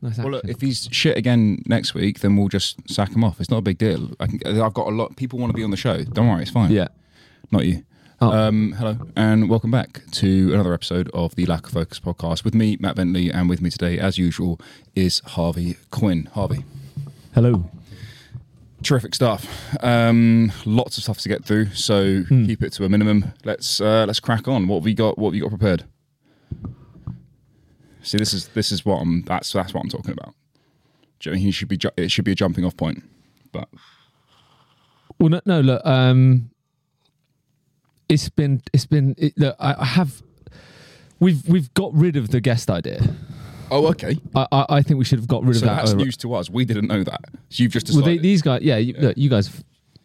Nice Well, action. look, if he's shit again next week, then we'll just sack him off. It's not a big deal. I can, I've got a lot. People want to be on the show. Don't worry, it's fine. yeah. not you. Oh. Um, hello and welcome back to another episode of the Lack of Focus podcast with me, Matt Bentley, and with me today, as usual, is Harvey Quinn. Harvey, Hello. terrific stuff. Um, lots of stuff to get through, so Hmm. keep it to a minimum. Let's uh, let's crack on. What have we got? What have you got prepared? See, this is this is what I'm. That's that's what I'm talking about. Do you know, He should be. ju- It should be a jumping off point, but Well, no, no look, um, it's been, it's been. It, look, I, I have. We've we've got rid of the guest idea. oh, okay. I I, I think we should have got rid So of that. that's over- news to us. We didn't know that. So you've just well, decided. they, these guys, yeah, you, Look, you guys.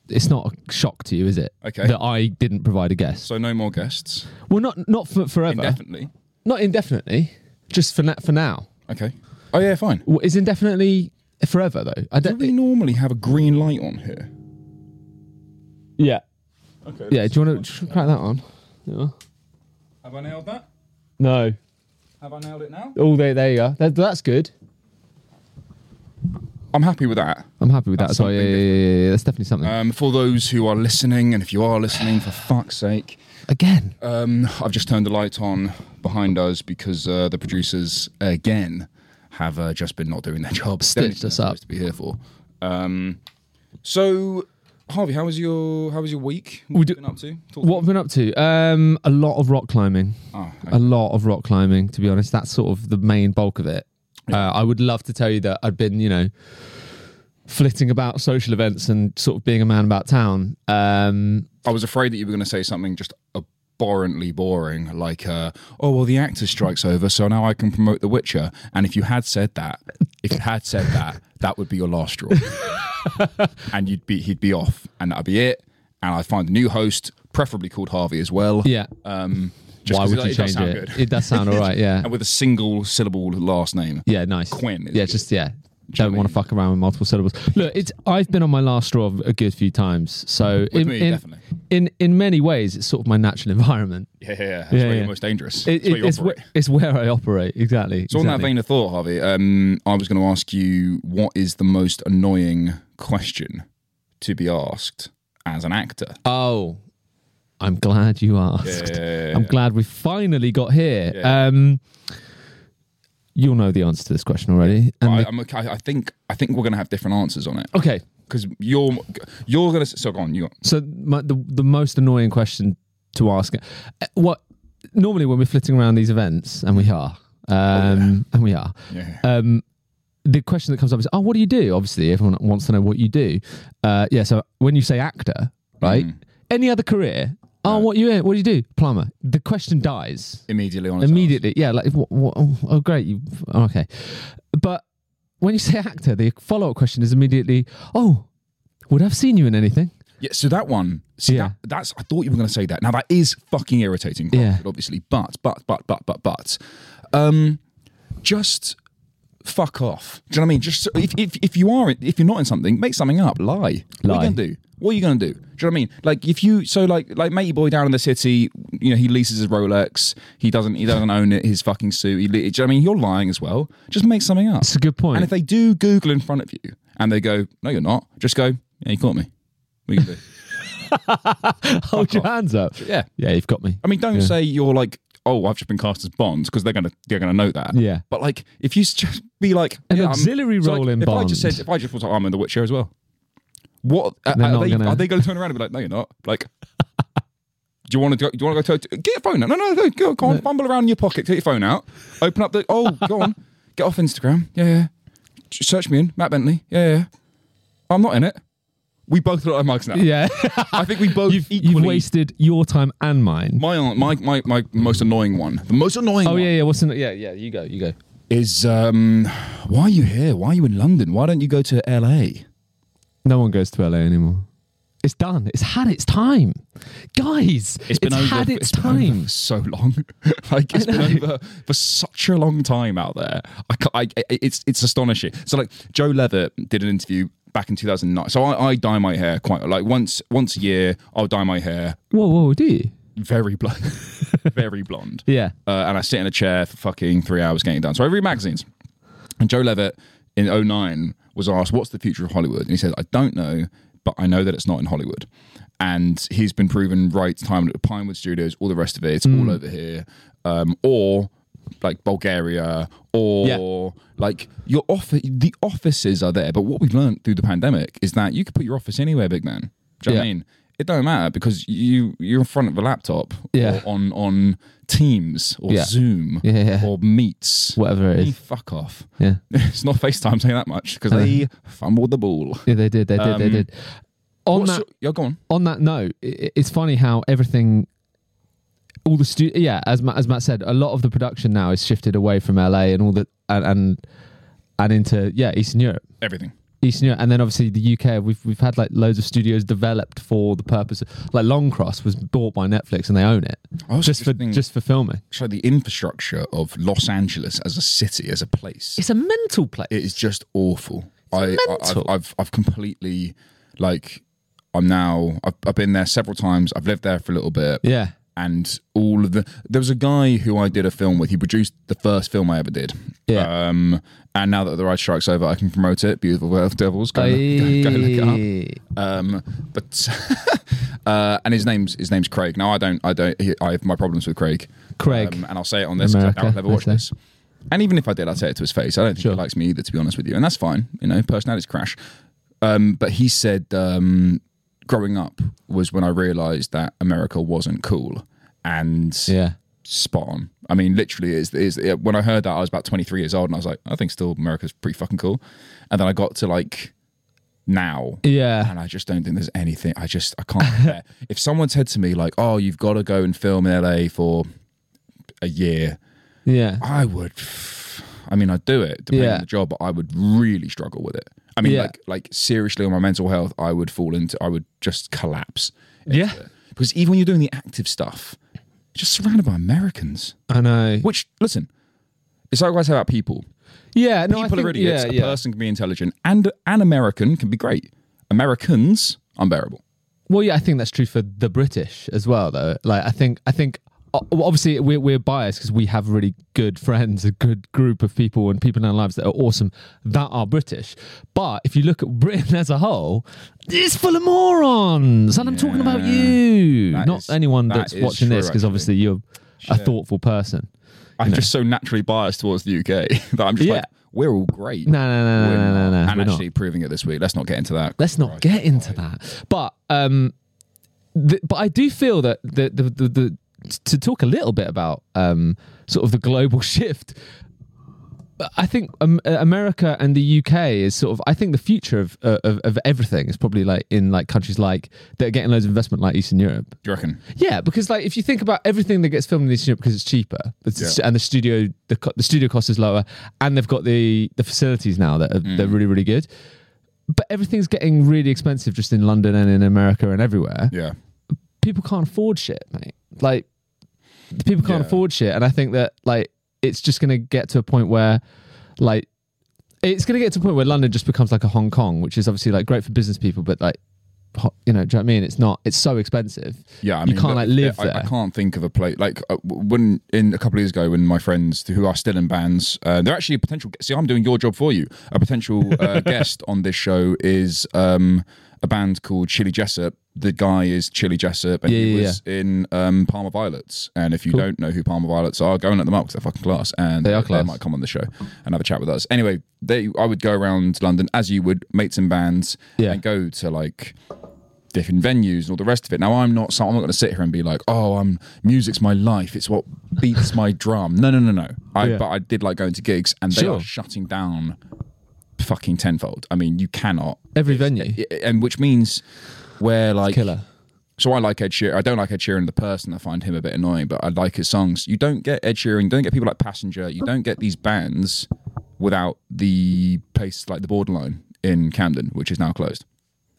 It's not a shock to you, is it? Okay. That I didn't provide a guest. so no more guests. Well, not not for forever. Indefinitely. Not indefinitely. Just for na- for now. Okay. Oh yeah, fine. Well, is indefinitely forever though? I Do don't. we normally have a green light on here? Yeah. Okay. Yeah. Do you want to crack that on? Yeah. Have I nailed that? No. Have I nailed it now? Oh, there, there you go. That, that's good. I'm happy with that. I'm happy with that. That's So yeah, yeah, something yeah, yeah, yeah, that's definitely something. Um, for those who are listening, and if you are listening, for fuck's sake, Again, um, I've just turned the light on behind us because uh, the producers again have uh, just been not doing their jobs. They're Stitched us not up. supposed To be here for. Um, so, Harvey, how was your how was your week? What We have do- you been up to? Talk what I've been up to? Um, a lot of rock climbing. Ah, A lot of rock climbing. To be honest, that's sort of the main bulk of it. Uh, I would love to tell you that I've been, you know, flitting about social events and sort of being a man about town. Um, I was afraid that you were going to say something just abhorrently boring, like, uh, "Oh well, the actor strike's over, so now I can promote The Witcher." And if you had said that, if you had said that, that would be your last straw, and you'd be he'd be off, and that'd be it. And I'd find a new host, preferably called Harvey as well. yeah. Um, just Why 'cause would it- you it does change sound it? good. It does sound all right. Yeah. And with a single syllable last name. Yeah. Nice. Quinn is Yeah. good. Just yeah. Don't want to fuck around with multiple syllables. Look, it's I've been on my last straw a good few times, so With in, me, in, definitely. in in many ways, it's sort of my natural environment. Yeah, yeah, yeah. That's Yeah, where yeah. you're most dangerous. It, That's where it- you it's, where, operate. it's where I operate exactly. So on that vein of thought, Harvey, um, I was going to ask you what is the most annoying question to be asked as an actor? Oh, I'm glad you asked. I'm glad we finally got here. Yeah. Um, you'll know the answer to this question already. And I, the- I'm, okay, I think I think we're going to have different answers on it okay, because you're you're going to. So go on, you. so my, the the most annoying question to ask, uh, what normally when we're flitting around these events, and we are, Oh, um, and we are, Yeah. um, the question that comes up is, oh, what do you do? Obviously, everyone wants to know what you do. Uh, yeah, so when you say actor, right? Mm. Any other career? Oh, what you in? What do you do? Plumber. The question dies Immediately on. immediately. Yeah, like what, what, oh, oh, great, you oh, okay. But when you say actor, the follow up question is immediately, oh, would I've seen you in anything? Yeah. So that one. See, Yeah. that, that's. I thought you were going to say that. Now that is fucking irritating. Yeah. Crawford, Obviously, but but but but but but, um, just fuck off. Do you know what I mean? Just if if, if you are if you're not in something, make something up. Lie. What are you Lie. gonna do? What are you gonna do? Do you know what I mean? Like if you so like like matey boy down in the city, you know he leases his Rolex. He doesn't he doesn't own it. His fucking suit. He, le- do you know what I mean? You're lying as well. Just make something up. It's a good point. And if they do Google in front of you and they go, no, you're not, just go, yeah, you caught me. We can do. Hold your hands up. yeah. Yeah, you've got me. I mean, don't say you're like, oh, I've just been cast as Bond because they're gonna they're gonna know that. Yeah. But like, if you s- just be like An yeah, I'm- auxiliary so, like, role in if I just Bond. said, if I just was like, I'm in The Witcher as well. What uh, They're are, not they, gonna- are they going to turn around and be like, no, you're not? Like, do you want to go? Do you want to go to get your phone out? No, no, no, go, go on, fumble around in your pocket, take your phone out, open up the. Oh, go on, get off Instagram. Yeah, yeah. J- Search me in Matt Bentley. Yeah, yeah. I'm not in it. We both look like mugs now. Yeah, I think we both you've, equally you've wasted your time and mine. my aunt, my, my my most annoying one. The most annoying oh one yeah, yeah. What's in? Yeah, yeah. You go. You go. is um, why are you here? Why are you in London? Why don't you go to LA? No one goes to LA anymore. It's done. It's had its time, guys. had its been over time. for so long. like it's been over for such a long time out there. I, ca- I, I- it's it's astonishing. So like Joe Levitt did an interview back in 2009. So I, I dye my hair quite like once once a year. I'll dye my hair Whoa, whoa. Do you? very blonde, very blonde. Yeah. uh, and I sit in a chair for fucking three hours getting it done. So I read magazines. And Joe Levitt in 09 was asked, What's the future of Hollywood? And he said, I don't know, but I know that it's not in Hollywood. And he's been proven right time at Pinewood Studios, all the rest of it, it's Hmm. all over here. Um, or like Bulgaria, or like your office, the offices are there. But what we've learned through the pandemic is that you could put your office anywhere, big man. Do you know what I Yeah. mean? It don't matter because you you're in front of a laptop Yeah. or on on Teams or Yeah. Uh, Zoom Yeah. or Meets Whatever it Hey, is. fuck off. Yeah. It's not FaceTime saying that much because they fumbled the ball. Yeah, they did. They did. they Um, did. Uh-huh. On What's that, your- yeah, go on. on that note, i- i- it's funny how everything, all the stu- yeah, as Matt, as Matt said, a lot of the production now is shifted away from LA and all the and and, and into yeah Eastern Europe. Everything. Eastern Europe, and then obviously the UK. We've we've had like loads of studios developed for the purpose. Of, like Longcross was bought by Netflix, and they own it I was just for thinking- just for filming. so the infrastructure of Los Angeles as a city, as a place, It's a mental place. it is just awful. I, I I've, mental. I've I've completely like I'm now I've, I've been there several times. I've lived there for a little bit. yeah, and all of the there was a guy who I did a film with. He produced the first film I ever did. Yeah. Um, and now that the ride strike's over, I can promote it. Beautiful Earth Devils. Go, go, go look it up. Um, but uh, and his name's his name's Craig. Now I don't I don't he, I have my problems with Craig. Craig. Um, and I'll say it on this because America, I'll never watch okay. this. And even if I did, I'd say it to his face. I don't think Sure. he likes me either, to be honest with you. And that's fine. You know, personalities crash. Um, but he said, um, growing up was when I realised that America wasn't cool. And yeah, spot on. I mean, literally, is is yeah, when I heard that I was about 23 years old, and I was like, I think still America's pretty fucking cool. And then I got to like now, yeah, and I just don't think there's anything. I just I can't. compare. if someone said to me like, "Oh, you've got to go and film in LA for a year," yeah. I would. I mean, I'd do it depending Yeah. on the job, but I would really struggle with it. I mean, Yeah. like like seriously, on my mental health, I would fall into. I would just collapse. into Yeah. it. because even when you're doing the active stuff, you're just surrounded by Americans. I know. Which listen, it's like what I say about people. Yeah, no, I people think, are idiots. Yeah, a yeah. person can be intelligent, and an American can be great. Americans unbearable. Well, yeah, I think that's true for the British as well, though. Like, I think, I think, o- well, obviously, we're, we're biased because we have really good friends, a good group of people, and people in our lives that are awesome that are British. But if you look at Britain as a whole, it's full of morons, and I'm talking about Yeah. you, That not is- anyone that that's is watching this, true, because actually. obviously you're a thoughtful person. I'm just so naturally biased towards the UK that I'm just like, Yeah. we're all great. No, no, no, no, We're no, no, no. not. we're And not. actually proving it this week. Let's not get into that. let's not get into that. But um, th- but I do feel that the the, the the to talk a little bit about um sort of the global shift. I think um, uh, America and the UK is sort of. I think the future of, uh, of of everything is probably like in like countries like that are getting loads of investment, like Eastern Europe. Do you reckon? Yeah, because like if you think about everything that gets filmed in Eastern Europe because it's cheaper, it's- Yeah. and the studio the co- the studio cost is lower, and they've got the the facilities now that are, they're Mm. really really good. But everything's getting really expensive just in London and in America and everywhere. Yeah. People can't afford shit, mate. Like the people can't Yeah. afford shit, and I think that like it's just gonna get to a point where like. It's going to get to a point where London just becomes like a Hong Kong, which is obviously like great for business people, but like, ho- you know, do you know what I mean? It's not. It's so expensive. Yeah, I You mean, can't, like, the- live I, I there. can't think of a place like uh, when in a couple of years ago when my friends who are still in bands, uh, they're actually a potential. See, I'm doing your job for you. A potential uh, guest on this show is um, a band called Chili Jessup. The guy is Chili Jessup, and he Yeah, yeah, was in um, Palmer Violets. And if you don't know who Palmer Violets are, go and look them up because they're fucking class. And They are class. might come on the show and have a chat with us. Anyway, they I would go around London as you would, mates and bands, Yeah. and go to like different venues and all the rest of it. Now, I'm not. So I'm not going to sit here and be like, "Oh, I'm music's my life. It's what beats my drum." No, no, no, no. I, Yeah. But I did like going to gigs, and they Sure. are shutting down fucking tenfold. I mean, you cannot, Every venue. and which means where like killer. so I like Ed Sheeran. I don't like Ed Sheeran the person. I find him a bit annoying, but I like his songs. You don't get Ed Sheeran. You don't get people like Passenger. You don't get these bands without the place like the Borderline in Camden, which is now closed.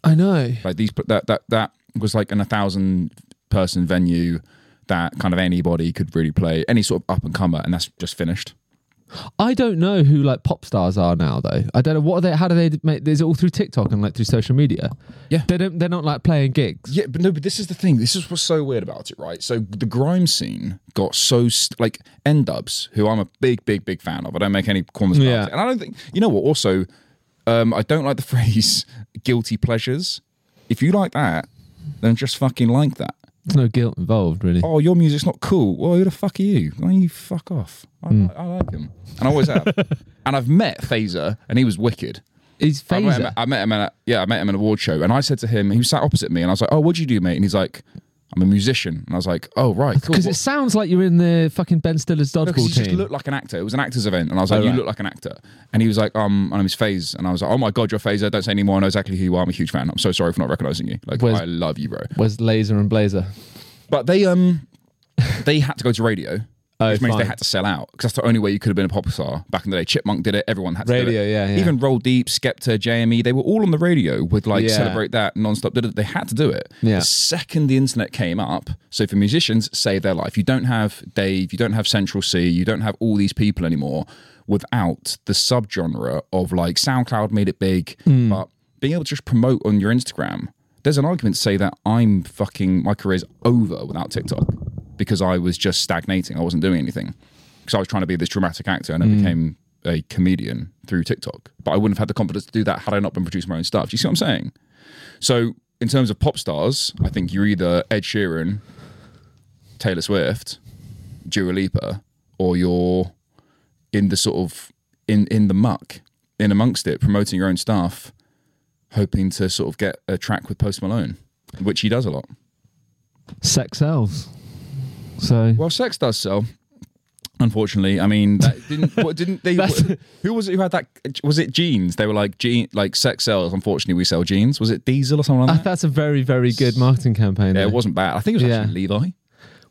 I know. Like these that that that was like an a thousand person venue that kind of anybody could really play any sort of up and comer, and that's just finished. I don't know who like pop stars are now though. I don't know what are they. How do they make? Is it all through TikTok and like through social media? Yeah. they don't. They're not like playing gigs. Yeah, but no, but this is the thing. This is what's so weird about it, right? So the grime scene got so st- like N Dubs, who I'm a big, big, big fan of. I don't make any comments about Yeah. it, and I don't think you know what. Also, um, I don't like the phrase "guilty pleasures." If you like that, then just fucking like that. There's no guilt involved really. Oh, your music's not cool. Well, who the fuck are you? Why don't you fuck off? I, Hmm. like I like him, and I always have. and I've met Phaser, and he was wicked. He's I met, him, phaser. I met him at a, yeah, I met him at an award show, and I said to him, he sat opposite me, and I was like, "Oh, what do you do, mate?" And he's like, "I'm a musician," and I was like, "Oh, right, cool." Because it What- sounds like you're in the fucking Ben Stiller's no, 'cause dodgeball he just team. looked like an actor. It was an actors event, and I was like, Oh, "You right. look like an actor," and he was like, "Um, my name is Phase," and I was like, "Oh my god, you're Phaser! Don't say anymore. I know exactly who you are. I'm a huge fan. I'm so sorry for not recognizing you. Like, Where's- I love you, bro." Where's Laser and Blazer? But they um, they had to go to radio. Oh, Which means they fine. had to sell out because that's the only way you could have been a pop star back in the day. Chipmunk did it. Everyone had to do Radio, it. yeah, yeah. Even Roll Deep, Skepta, JME, they were all on the radio with like Yeah. celebrate that nonstop. Did it- They had to do it. Yeah. The second the internet came up, so for musicians, save their life. You don't have Dave, you don't have Central C, you don't have all these people anymore without the subgenre of like SoundCloud made it big, but being able to just promote on your Instagram. There's an argument to say that I'm fucking my career's over without TikTok because I was just stagnating. I wasn't doing anything because I was trying to be this dramatic actor and I became a comedian through TikTok. But I wouldn't have had the confidence to do that had I not been producing my own stuff. Do you see what I'm saying? So in terms of pop stars, I think you're either Ed Sheeran, Taylor Swift, Dua Lipa, or you're in the sort of in in the muck, in amongst it, promoting your own stuff, hoping to sort of get a track with Post Malone, which he does a lot. Sex sells. So Well, sex does sell. Unfortunately, I mean, that didn't what didn't they? That's- who was it who had that? Was it jeans? They were like jean, like sex sells. Unfortunately, we sell jeans. Was it Diesel or something like I- that? uh, that's a very very good marketing campaign. um, yeah, there. it wasn't bad. I think it was Yeah. actually Levi.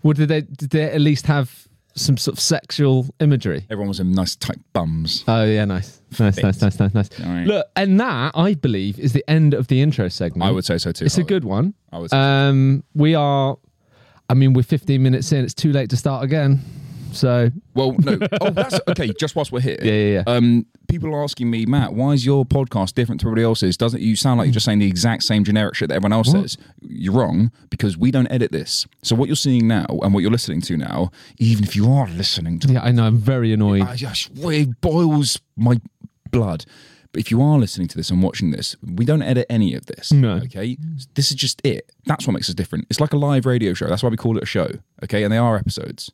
Well, did they did they at least have some sort of sexual imagery? Everyone was in nice tight bums. Oh yeah, nice, nice, nice, nice, nice, nice. All right. Look, and that I believe is the end of the intro segment. I would say so too. It's a Harley. good one. I would say Um, we are. I mean, we're 15 minutes in. It's too late to start again. So Well, no. Oh, that's okay. Just whilst we're here, Yeah, yeah, yeah. Um, people are asking me, Matt, why is your podcast different to everybody else's? Doesn't it- you sound like you're just saying the exact same generic shit that everyone else says? You're wrong because we don't edit this. So what you're seeing now and what you're listening to now, even if you are listening to, yeah, I know I'm very annoyed. I just it boils my blood. But if you are listening to this and watching this, we don't edit any of this. No. Okay. This is just it. That's what makes us different. It's like a live radio show. That's why we call it a show. Okay. And they are episodes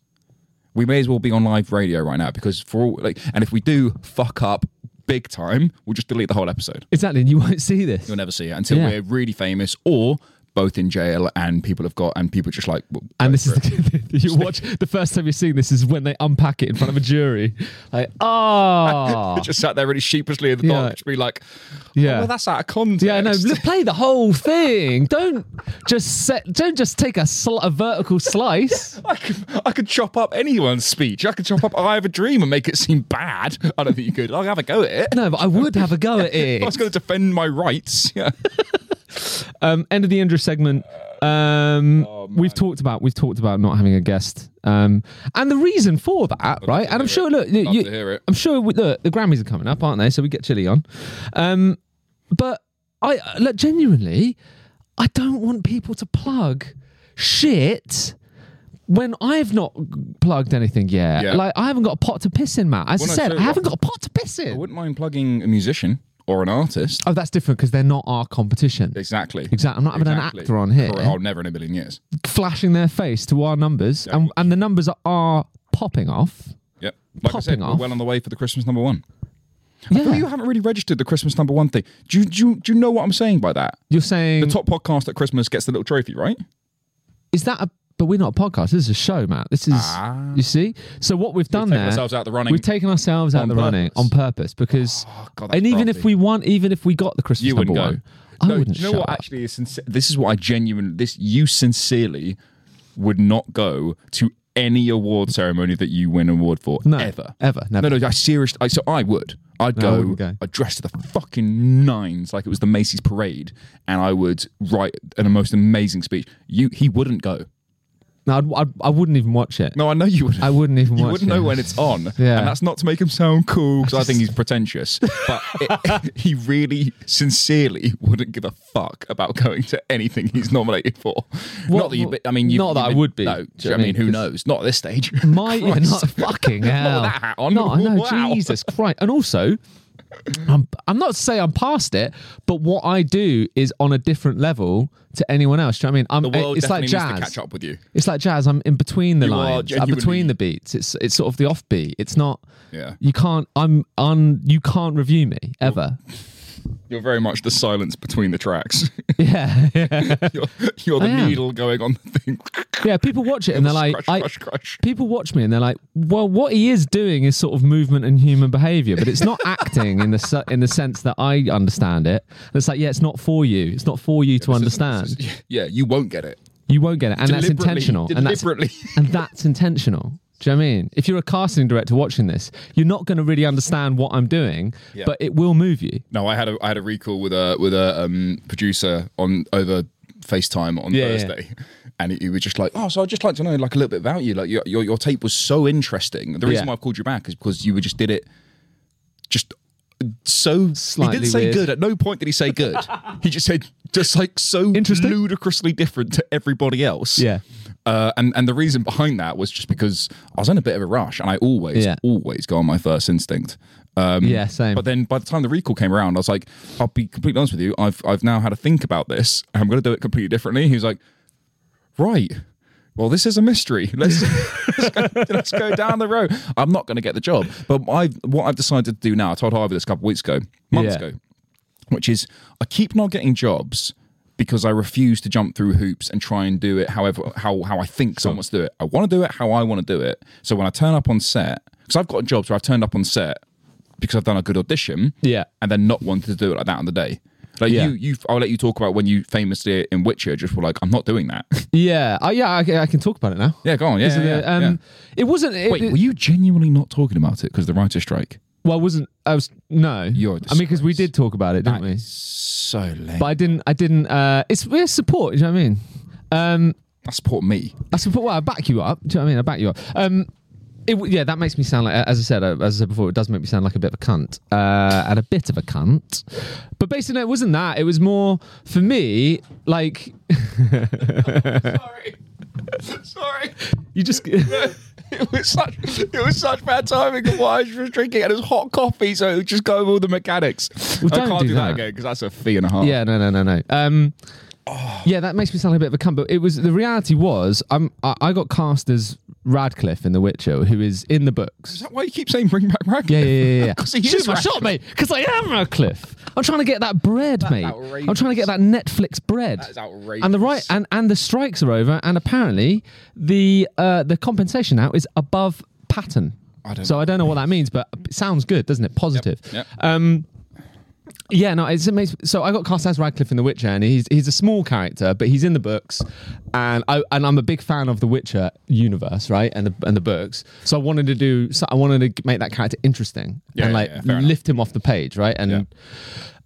we may as well be on live radio right now because for all like and if we do fuck up big time we'll just delete the whole episode exactly, and you won't see this. you'll never see it until Yeah. we're really famous or both in jail and people have got and people just like well, And this is the, you watch the first time you're seeing this is when they unpack it in front of a jury. Like, ah, just sat there really sheepishly in the Yeah. dark just be like "Oh, yeah. well that's out of context Yeah, no, l- play the whole thing. Don't just set, don't just take a, sl- a vertical slice. I could, I could chop up anyone's speech. I could chop up I Have a Dream and make it seem bad. I don't think you could. I'll have a go at it. No, but I would have a go at I was it. going to defend my rights. Yeah. Um, end of the Andrew segment. Um, Oh, we've talked about we've talked about not having a guest, um, and the reason for that, right? And I'm sure. Look, you, Love you- to hear it. I'm sure we, look, the Grammys are coming up, aren't they? So we get Chili on, um, but I look, genuinely, I don't want people to plug shit. When I've not plugged anything yet, Yeah. like I haven't got a pot to piss in, Matt. As I Well, no, said, so I haven't what? got a pot to piss I in. wouldn't mind plugging a musician or an artist. Oh, that's different because they're not our competition. Exactly. Exactly. I'm not having Exactly. an actor on here. Correct. Oh, never in a million years. flashing their face to our numbers, and, and the numbers are, are popping off. Yep. Like I said, Popping we're off. well on the way for the Christmas number one. Well, Yeah, you haven't really registered the Christmas number one thing. Do you, do you, do you know what I'm saying by that? you're saying The top podcast at Christmas gets the little trophy, right? is that a? But we're not a podcast. This is a show, Matt. This is you see. So what we've done Take there, Ah. ourselves out the running. we've taken ourselves out on of the running purpose. Ah, on purpose because, God, that's and even if crafty. we won, even if we got the Christmas you number wouldn't go. one, I no, wouldn't do you know show what up. actually is sincere? This is what I genuinely, this, you sincerely would not go to any award ceremony that you win an award for No, ever. ever, never. No, no, I seriously. I, so I would. I'd I go, wouldn't go. I'd dress to the fucking nines like it was the Macy's parade, and I would write an, a most amazing speech. You, he wouldn't go. No, I'd, I'd, I wouldn't even watch it. No, I know you wouldn't. I wouldn't even you watch wouldn't it. know when it's on. Yeah. And that's not to make him sound cool because I think he's pretentious. But it, he really, sincerely wouldn't give a fuck about going to anything he's nominated for. What- not that you, I mean, you, not that you I would- would be, do No, you know do you what I I mean, mean? who 'Cause- knows? Not at this stage. My, yeah, Christ. not fucking hell. that hat on. No, I know. Wow. Jesus Christ. And also, I'm, I'm not to say I'm past it, but what I do is on a different level to anyone else. Do you know what I mean? I'm, The world it's like definitely jazz. needs to catch up with you. It's like jazz. I'm in between the You are lines. I'm genuinely- between the beats. It's it's sort of the offbeat. It's not. Yeah. You can't. I'm on. You can't review me ever. You're very much the silence between the tracks. yeah. yeah. you're, you're the I am. needle going on the thing. Yeah. People watch it and they're like, crush, I, crush, crush. people watch me and they're like, "Well, what he is doing is sort of movement and human behavior, but it's not acting in the se- in the sense that I understand it." And it's like, yeah, it's not for you. It's not for you to understand. Yeah, you won't get it. you won't get it, and that's Deliberately- intentional. And that's Deliberately. and that's intentional. Do you know what I mean? If you're a casting director watching this, you're not going to really understand what I'm doing, Yeah. but it will move you. No, I had a I had a recall with a with a um, producer on over FaceTime on Yeah, yeah. Thursday. And he- he was just like, "Oh, so I'd just like to know like a little bit about you. Like your your, your tape was so interesting. The reason Yeah. why I called you back is because you were just did it, just so Slightly He didn't say weird. good. At no point did he say good. he just said just like so Interesting. ludicrously different to everybody else. Yeah. Uh, and and the reason behind that was just because I was in a bit of a rush, and I always Yeah. always go on my first instinct. Um, Yeah, same. But then by the time the recall came around, I was like, I'll be completely honest with you. I've I've now had to think about this. and I'm going to do it completely differently. He was like, right. Well, this is a mystery. Let's let's, go, let's go down the road. I'm not going to get the job, but I what I've decided to do now. I told Harvey this a couple of weeks ago, months Yeah. ago, which is I keep not getting jobs because I refuse to jump through hoops and try and do it however how how I think someone wants to do it. I want to do it how I want to do it. So when I turn up on set, because I've got jobs where I've turned up on set because I've done a good audition, Yeah. and then not wanted to do it like that on the day. Like Yeah. you, you, I'll let you talk about when you famously in Witcher just were like, I'm not doing that. Yeah, I, yeah, I, I can talk about it now. yeah, go on. Yeah, Isn't yeah, it? yeah, um, yeah. it wasn't. It, Wait, it- were you genuinely not talking about it because the writer strike? well, I wasn't. I was no. You're a I mean, because we did talk about it, didn't we? So lame. But I didn't. I didn't. Uh, it's we're support. You know what I mean? Um, That's support me. I support. Well, I back you up. Do you know what I mean? I back you up. Um, it, w- yeah, that makes me sound like, as I said, uh, as I said before, it does make me sound like a bit of a cunt uh, and a bit of a cunt. But basically, no, it wasn't that. It was more for me, like Sorry. Sorry. you just. It was such it was such bad timing of what I was drinking and it was hot coffee, so it was just go with all the mechanics. Well, I don't can't do do, that, that. again because that's a fee and a half. Yeah, no, no, no, no. Um, Yeah, that makes me sound like a bit of a cunt. But it was the reality was, um, I, I got cast as Radcliffe in The Witcher, who is in the books. Is that why you keep saying bring back Ragnar? Yeah, yeah, yeah, yeah. 'Cause he Shoot is my Radcliffe. shot, mate. Because I am Radcliffe. I'm trying to get that bread, mate. outrageous. I'm trying to get that Netflix bread. That is outrageous. And the right and, and the strikes are over, and apparently the uh, the compensation now is above pattern. I don't so know. I don't know what that means, but it sounds good, doesn't it? Positive. yep. Um, yeah, no, it's amazing. So I got cast as Radcliffe in The Witcher, and he's he's a small character, but he's in the books, and I and I'm a big fan of the Witcher universe, right, and the and the books. So I wanted to do, so I wanted to make that character interesting Yeah, and yeah, like yeah, fair enough. lift him off the page, right, and.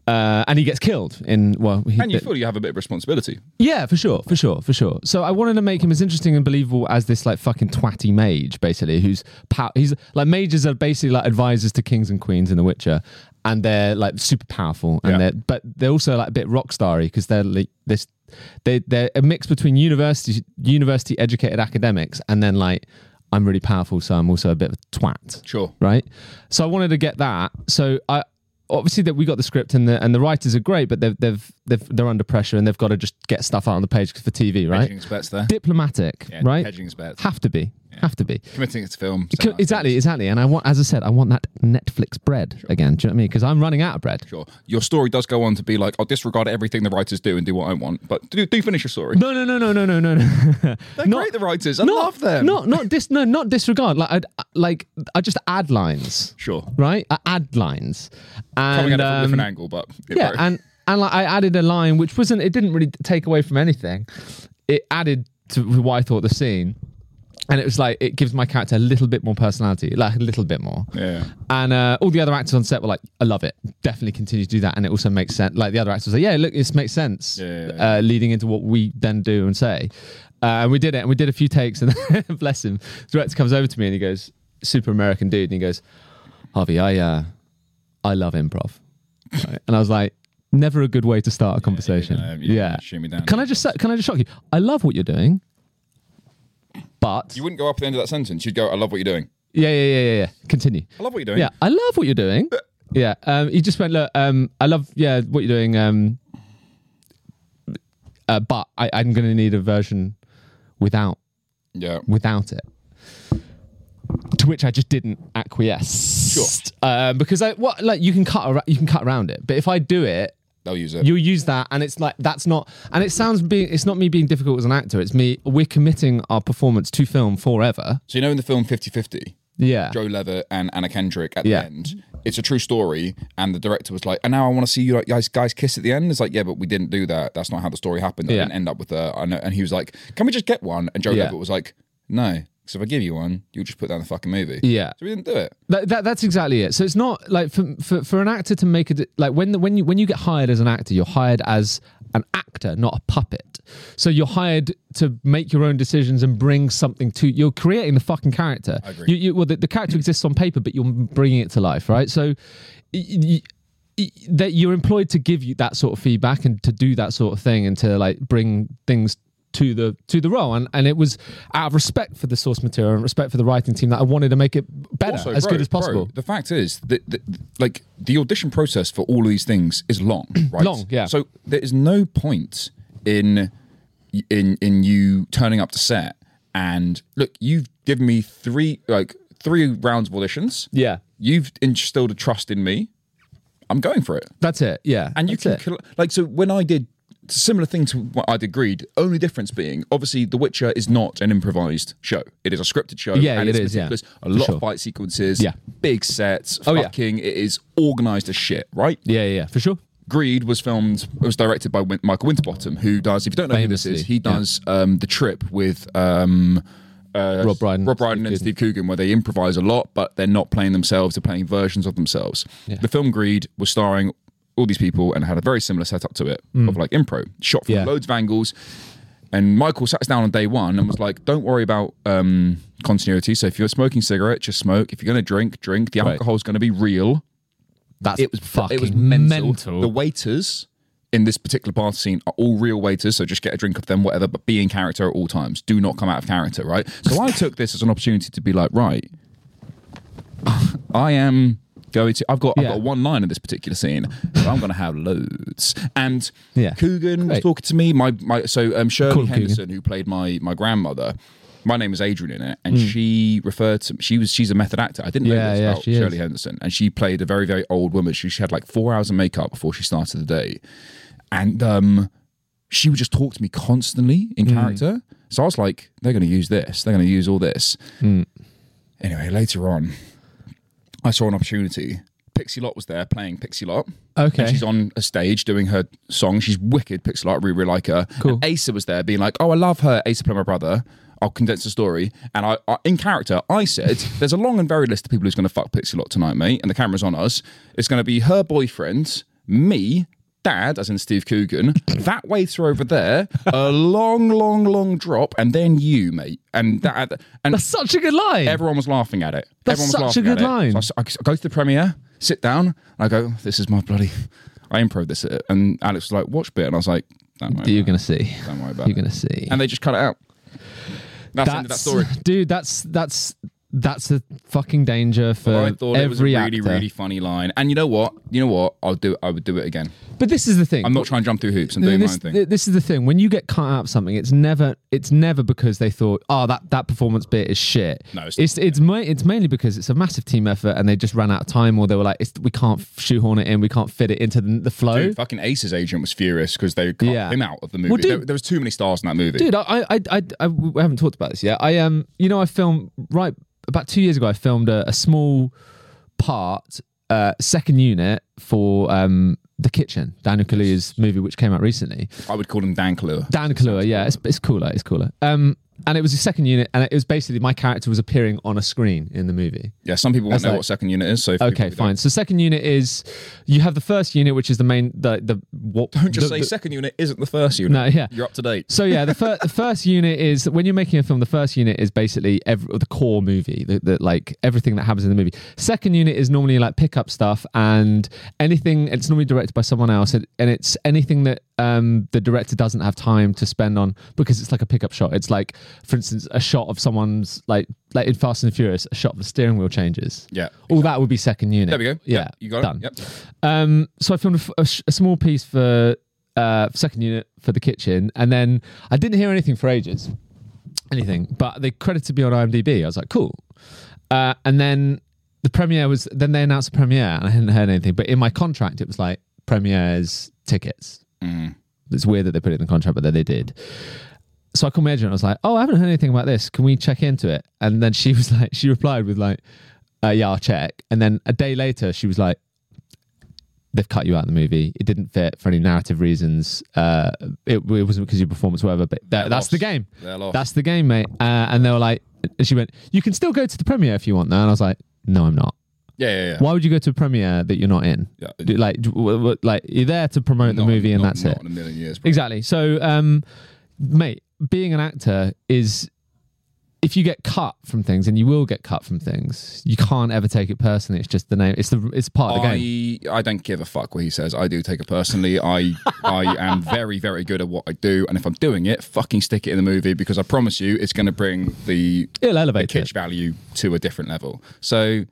Uh, and he gets killed in well. He, And you feel you have a bit of responsibility. yeah, for sure, for sure, for sure. So I wanted to make him as interesting and believable as this like fucking twatty mage, basically, who's pow- he's like mages are basically like advisors to kings and queens in The Witcher, and they're like super powerful, and Yeah. they're but they're also like a bit rock starry because they're like this they they're a mix between university university educated academics and then like I'm really powerful, so I'm also a bit of a twat Sure. right? So I wanted to get that. So I obviously that we got the script and the and the writers are great, but they've they've, they've they're under pressure and they've got to just get stuff out on the page for TV, right? Hedging his bets there. Diplomatic, Yeah, right? Hedging his bets. Have to be, have to be. Committing it to film. Co- Exactly, exactly. And I want, as I said, I want that Netflix bread again. Do you know what I mean? Because I'm running out of bread. Sure. Your story does go on to be like, I'll disregard everything the writers do and do what I want. But do, do finish your story. No, no, no, no, no, no, no, no. They're Not- great, the writers. I not, love them. Not, not dis, no, not disregard. Like, I'd, like I just add lines, Sure. right? I add lines, and Coming at it from a um, different angle, but yeah, and and like I added a line which wasn't it didn't really take away from anything. It added to what I thought the scene, and it was like it gives my character a little bit more personality, like a little bit more. Yeah. And uh, all the other actors on set were like, "I love it. Definitely continue to do that." And it also makes sense. Like the other actors, were like, "Yeah, look, this makes sense." Yeah, yeah, Uh, leading into what we then do and say, Uh, and we did it, and we did a few takes, and bless him, the director comes over to me and he goes, super American dude, and he goes, Harvey, I, uh, I love improv. Right? And I was like, never a good way to start a conversation. gonna- you're yeah. gonna shoot me down. Can I just can I just shock you? I love what you're doing, but You wouldn't go up at the end of that sentence. You'd go, I love what you're doing. yeah, yeah, yeah, yeah, yeah. Continue. I love what you're doing. Yeah, I love what you're doing. Yeah, um, he just went, look, um, I love, yeah, what you're doing. Um, uh, but I, I'm going to need a version without Yeah. without it. To which I just didn't acquiesce. Sure. Um, because I what like you can cut ar- you can cut around it, but if I do it, They'll use it. you'll use that, and it's like that's not. And it sounds being it's not me being difficult as an actor. It's me we're committing our performance to film forever. so, you know, in the film 50 50, Yeah. Joe Lever and Anna Kendrick at Yeah. the end, it's a true story. And the director was like, and now I want to see you like, guys, guys kiss at the end. It's like, yeah, but we didn't do that. That's not how the story happened. I Yeah. didn't end up with a. I know. And he was like, can we just get one? And Joe Yeah. Lever was like, no. Because if I give you one, you'll just put that in the fucking movie. Yeah. So we didn't do it. That, that, that's exactly it. So it's not like for, for, for an actor to make a di- like when the, when you when you get hired as an actor, you're hired as an actor, not a puppet. So you're hired to make your own decisions and bring something to. You're creating the fucking character. I agree. You, you, well, the, the character exists on paper, but you're bringing it to life, right? So. y- y- y- that you're employed to give you that sort of feedback and to do that sort of thing and to like bring things to the to the role and, and it was out of respect for the source material and respect for the writing team that I wanted to make it better Also, as bro, good as bro, possible. the fact is that, that like the audition process for all of these things is long, right? Long, yeah. So there is no point in in in you turning up to set and look, you've given me three like three rounds of auditions. Yeah, You've instilled a trust in me. I'm going for it. that's it. Yeah, And you that's can it. coll- like so when I did similar thing to what I'd agreed. Only difference being obviously The Witcher is not an improvised show. It is a scripted show. Yeah, and it it's is, yeah. meticulous. A lot sure. of fight sequences. Yeah. Big sets. Oh, yeah. fucking. It is organized as shit. Right. yeah, yeah, yeah, for sure. Greed was filmed. It was directed by Win- Michael Winterbottom, who does. If you don't know who this Famously, is, he does um, the trip with. Um, uh, Rob Brydon, Rob Brydon and Steve Coogan, where they improvise a lot, but they're not playing themselves; they're playing versions of themselves. The film Greed was starring all these people and had a very similar setup to it of like improv, shot from Yeah. loads of angles. And Michael sat us down on day one and was like, "Don't worry about um, continuity. So if you're smoking cigarette, just smoke. If you're going to drink, drink. The alcohol's going to be real." That's it was fucking it was mental. mental. The waiters in this particular bar scene are all real waiters, so just get a drink of them, whatever. But be in character at all times. Do not come out of character, right? So I took this as an opportunity to be like, right, I am going to. I've got, Yeah. I've got one line in this particular scene, but I'm going to have loads. And Yeah. Coogan was Great. talking to me. My my so um, Shirley Call him Henderson, who played my my grandmother. My name is Adrian in it, and Hmm. she referred to she was she's a method actor. I didn't Yeah, know this yeah, about she is. Shirley Henderson, and she played a very, very old woman. She, she had like four hours of makeup before she started the day, and um, she would just talk to me constantly Hmm. in character. So I was like, they're going to use this. They're going to use all this. Hmm. Anyway, later on, I saw an opportunity. Pixie Lot was there playing Pixie Lot. Okay. And she's on a stage doing her song. She's wicked, Pixie Lot. I really, really like her. Cool. And Asa was there being like, oh, I love her. Asa played my brother. I'll condense the story. And I, I in character, I said, there's a long and varied list of people who's going to fuck Pixie Lot tonight, mate. And the camera's on us. It's going to be her boyfriend, me, dad, as in Steve Coogan, that waiter over there, a long, long, long drop, and then you, mate. And that, and That's such a good line. Everyone was laughing at it. Mm. That's Everyone was such a laughing good at it. line. So I s- I, go to the premiere, sit down, and I go, "This is my bloody." I improv this, at it. and Alex was like, "Watch bit," and I was like, "Don't worry, you're about gonna see. it. don't worry about You're it." gonna see. And they just cut it out. That's, the end of that story. dude. That's that's that's a fucking danger for I thought every it was a really, actor. really funny line. And you know what? You know what? I'll do. I would do it again. But this is the thing. I'm not trying to jump through hoops. I'm doing this, my own thing. th- this is the thing. When you get cut out of something, it's never it's never because they thought, oh, that, that performance bit is shit. No, it's it's it's, ma- it's mainly because it's a massive team effort and they just ran out of time, or they were like, it's, we can't shoehorn it in, we can't fit it into the, the flow. Dude, fucking Ace's agent was furious because they cut Yeah. him out of the movie. Well, dude- there, there was too many stars in that movie. dude I, I i i we haven't talked about this yet i um you know i filmed right about two years ago i filmed a, a small part uh second unit for um the kitchen daniel kaluuya's movie which came out recently I would call him Dan Kalua. Dan Kalua, yeah, it's, it's cooler, it's cooler. Um, and it was a second unit, and it was basically my character was appearing on a screen in the movie. Yeah, some people won't That's know like- what second unit is. So if people Okay, who don't- fine. So second unit is you have the first unit, which is the main the the what don't Just say second unit isn't the first unit. No, yeah. You're up to date. So yeah, the, fir- the first unit is when you're making a film. The first unit is basically ev- the core movie, the, the, like everything that happens in the movie. Second unit is normally like pickup stuff and anything. It's normally directed by someone else, and, and it's anything that um, the director doesn't have time to spend on because it's like a pickup shot. It's like, for instance, a shot of someone's like like in Fast and Furious, a shot of the steering wheel changes. Yeah. All that would be second unit. There we go. Yeah, Yep, you got done. it. Yep. Um, so I filmed a f- a, sh- a small piece for uh, second unit for the kitchen, and then I didn't hear anything for ages, anything. But they credited me on IMDb. I was like, cool. Uh, and then the premiere was. Then they announced the premiere, and I hadn't heard anything. But in my contract, it was like premieres tickets. Mm. It's weird that they put it in the contract, but then they did. So I called my agent. and I was like, "Oh, I haven't heard anything about this. Can we check into it?" And then she was like, she replied with like, uh, "Yeah, I'll check." And then a day later, she was like, "They've cut you out of the movie. It didn't fit for any narrative reasons. Uh, it, it wasn't because of your performance, whatever. But that, They're that's the lost. game. They're lost. That's the game, mate." Uh, and they were like, and she went, "You can still go to the premiere if you want." Now, and I was like, "No, I'm not. yeah, yeah, yeah. Why would you go to a premiere that you're not in? Yeah. Like, d- w- w- like you're there to promote the Not- movie, and not- that's not it." in a million years. bro. Exactly. So, um, mate, being an actor is if you get cut from things, and you will get cut from things, you can't ever take it personally. It's just the name. It's the it's part of the game. I, I don't give a fuck what he says. I do take it personally. I I am very very good at what I do, and if I'm doing it, fucking stick it in the movie because I promise you, it's going to bring the It'll elevate kitsch it. value to a different level. So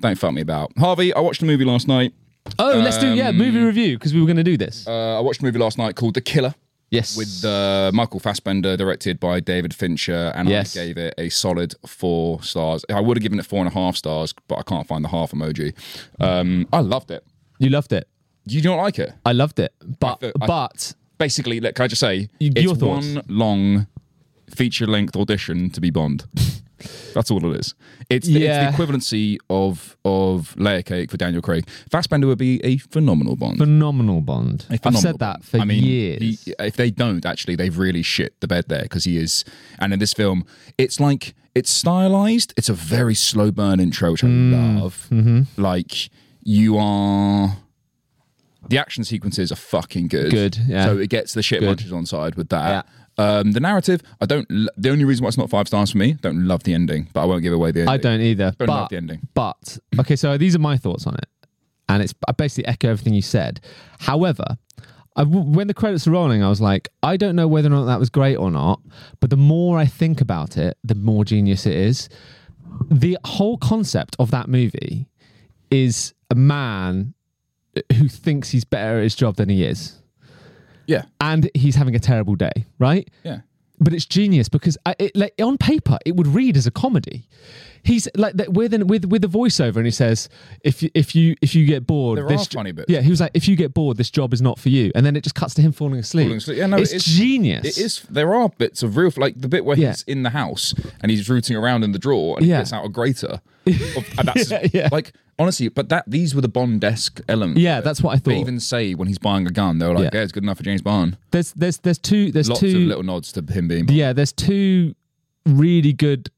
don't fuck me about Harvey. I watched a movie last night. Oh, let's do yeah um, movie review because we were going to do this. Uh, I watched a movie last night called The Killer. yes. with uh, Michael Fassbender, directed by David Fincher, and Yes. I gave it a solid four stars. I would have given it four and a half stars, but I can't find the half emoji. Um, I loved it. you loved it. You don't like it? I loved it. But feel- I- but Basically, look, can I just say Y- it's your thoughts? one long feature-length audition to be Bond. That's all it is. It's the, Yeah. it's the equivalency of of layer cake for Daniel Craig. Fassbender would be a phenomenal Bond. phenomenal Bond. A I've phenomenal said that Bond. for I mean, years. he- if they don't, actually, they've really shit the bed there because he is. And in this film, it's like it's stylized. It's a very slow burn intro, which I Mm, love. mm-hmm. Like you are. The action sequences are fucking good. Good, yeah. So it gets the shit Good. punches on side with that. Um, the narrative, I don't. l- The only reason why it's not five stars for me, don't love the ending, but I won't give away the ending. I don't either. Don't but, love the ending. But okay, so these are my thoughts on it, and it's I basically echo everything you said. However, I, when the credits were rolling, I was like, I don't know whether or not that was great or not. But the more I think about it, the more genius it is. The whole concept of that movie is a man who thinks he's better at his job than he is, Yeah, and he's having a terrible day, right? yeah. but it's genius because I, it, like, on paper it would read as a comedy. He's like that with an, with with the voiceover, and he says, "If you if you if you get bored, There this are jo- funny bits. Yeah, he was like, "If you get bored, this job is not for you." And then it just cuts to him falling asleep. Falling asleep. Yeah, no, it's it is- genius. It is. There are bits of real, like the bit where Yeah. he's in the house and he's rooting around in the drawer and he Yeah. gets out a grater. Of- and that's Yeah, yeah. like honestly, but that these were the Bond desk elements. Yeah, that's what I thought. They even say when he's buying a gun, they were like, Yeah. "Yeah, it's good enough for James Bond." There's there's there's two there's Lots two of little nods to him being. yeah there's two really good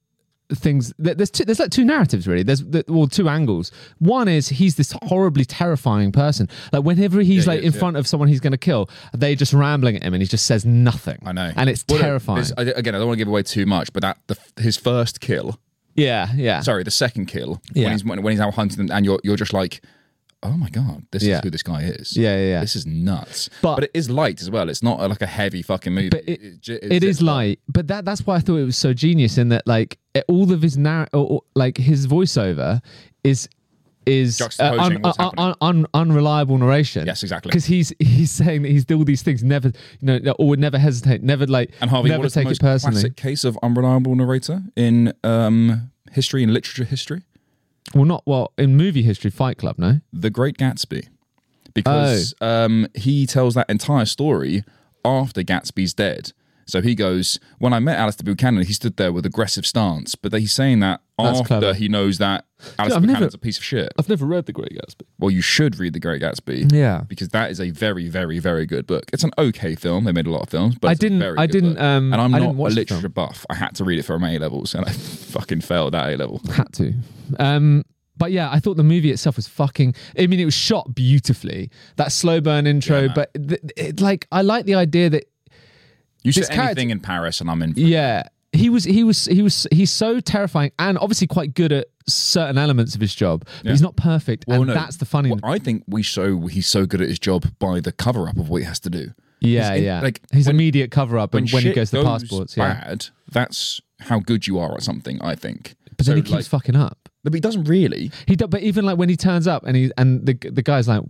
things there- there's two there's like two narratives really there's the- well two angles one is he's this horribly terrifying person like whenever he's Yeah, like he is, in yeah. front of someone he's going to kill they just rambling at him and he just says nothing I know, and it's Well, no, terrifying there's- I- again, I don't want to give away too much, but that the, his first kill, yeah yeah sorry, the second kill, Yeah. when he's when he's out hunting them, and you're you're just like, "Oh my god, this Yeah. is who this guy is." yeah yeah, yeah. This is nuts, But- but, it is light as well. It's not uh, like a heavy fucking movie. But it- ju- it is just- light but that that's why i thought it was so genius in that like it- all of his narr- or, or, like his voiceover is is uh, Juxtaposing what's un- happening. un- unreliable narration Yes, exactly. because he's he's saying that he's did all these things never you know or would never hesitate never like And Harvey, never what is the take most it personally classic case of unreliable narrator in um, history and literature history? well not well in movie history fight club no The Great Gatsby. Oh. Because um, he tells that entire story after Gatsby's dead. So he goes, When I met Alistair Buchanan, he stood there with aggressive stance, but he's saying that That's after clever. he knows that Alistair I've never- Buchanan's a piece of shit. I've never read The Great Gatsby. Well, you should read The Great Gatsby. Yeah. Because that is a very, very, very good book. It's an okay film. They made a lot of films, but I it's a didn't- very I good didn't, book. um, and I'm I not didn't watch a the literature film. buff. I had to read it for my A levels, and I fucking failed that A level. Had to. Um, but yeah, I thought the movie itself was fucking. I mean, it was shot beautifully. That slow burn intro, but th- it, like, I like the idea that You This said character- anything in Paris, and I'm in. Yeah, he was. He was. He was. He's so terrifying, and obviously quite good at certain elements of his job. But he's not perfect, and no. that's the funny. Well, I think we show he's so good at his job by the cover up of what he has to do. yeah, in- yeah. like, his immediate cover up, and when he shit goes to the passports, yeah. bad, that's how good you are at something. I think. But then So, he keeps like- fucking up. but he doesn't really. He. do- But even like when he turns up, and he and the the guy's like.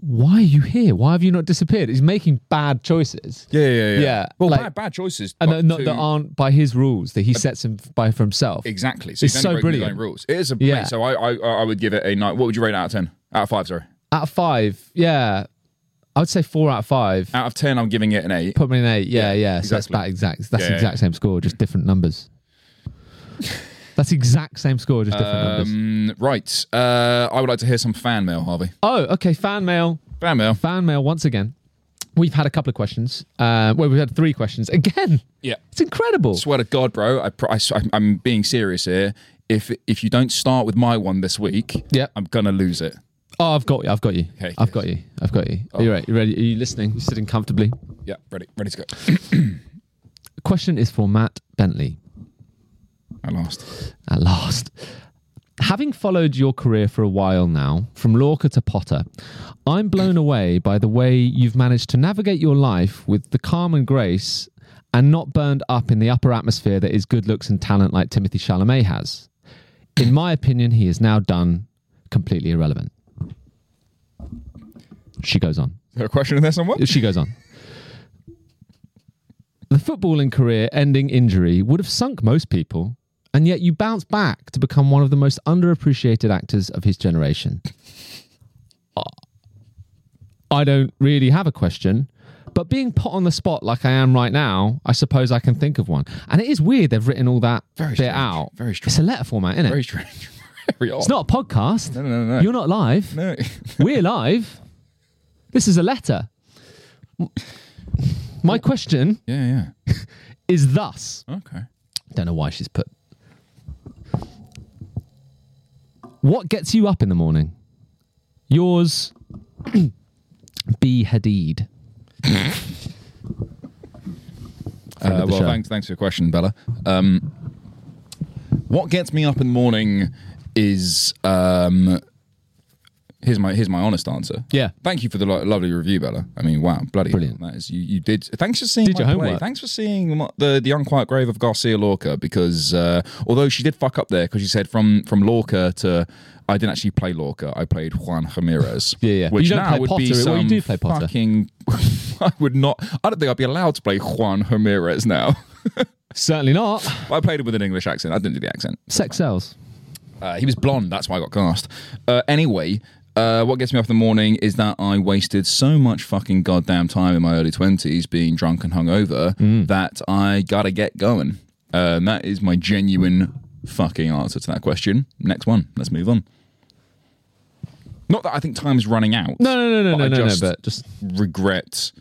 Why are you here? Why have you not disappeared? He's making bad choices. Yeah, yeah, yeah. Yeah, Well, like- bad, bad choices. And but that- not, to- that aren't by his rules that he sets him by for himself. exactly. So It's you so don't break your own brilliant. rules. It is a Yeah. mate, So I, I, I would give it a nine. What would you rate it out of ten? Out of five, sorry. Out of five, yeah, I would say four out of five. Out of ten, I'm giving it an eight. Put me in eight. Yeah, yeah. So that's exactly. about exact. That's Yeah, the yeah. exact same score, just different numbers. that's the exact same score, just different numbers. Um, right. Uh, I would like to hear some fan mail, Harvey. Oh, okay. Fan mail. Fan mail. Fan mail once again. We've had a couple of questions. Uh, well, we've had three questions again. Yeah. It's incredible. Swear to God, bro. I, pro- I, am being serious here. If if you don't start with my one this week, Yep. I'm gonna lose it. Oh, I've got you. I've got you. Okay, I've yes. Oh. got you. I've got you. Are you right? You ready? Are you listening? You sitting comfortably? Yeah, ready, ready to go. Question is for Matt Bentley. I lost. At last. Having followed your career for a while now, from Lorca to Potter, I'm blown away by the way you've managed to navigate your life with the calm and grace and not burned up in the upper atmosphere that is good looks and talent like Timothy Chalamet has. In my opinion, he is now done completely irrelevant. She goes on Is there a question in there somewhere? she goes on. The footballing career ending injury would have sunk most people, and yet you bounce back to become one of the most underappreciated actors of his generation. I don't really have a question, but being put on the spot like I am right now, I suppose I can think of one. And it is weird they've written all that Very bit strange. out. Very strange. It's a letter format, isn't it? Very strange. Very odd. it's not a podcast. No, no, no, no. You're not live. no. We're live. This is a letter. My question yeah, is thus. yeah. Okay. Don't know why she's put. What gets you up in the morning? Yours, B. Hadid. Friend Uh, of the well, show. thanks, thanks for your question, Bella. Um, what gets me up in the morning is um, here's my here's my honest answer. Yeah. Thank you for the lo- lovely review, Bella. I mean, wow, bloody Brilliant. That is, you, you did. Thanks for seeing Did my your play. homework. Thanks for seeing my, the the unquiet grave of Garcia Lorca because uh, although she did fuck up there because she said from from Lorca to. I didn't actually play Lorca. I played Juan Ramirez. Yeah, yeah. Which You don't now play would be Potter. some Well, you do play Potter. fucking. I would not. I don't think I'd be allowed to play Juan Ramirez now. Certainly not. I played it with an English accent. I didn't do the accent. Sex sells. Uh, he was blonde. That's why I got cast. Uh, anyway, uh, what gets me up in the morning is that I wasted so much fucking goddamn time in my early 20s being drunk and hungover Mm. that I gotta get going. Um, that is my genuine fucking answer to that question. Next one. Let's move on. Not that I think time's running out. No, no, no, no, But no, I no, just- no. But just Regret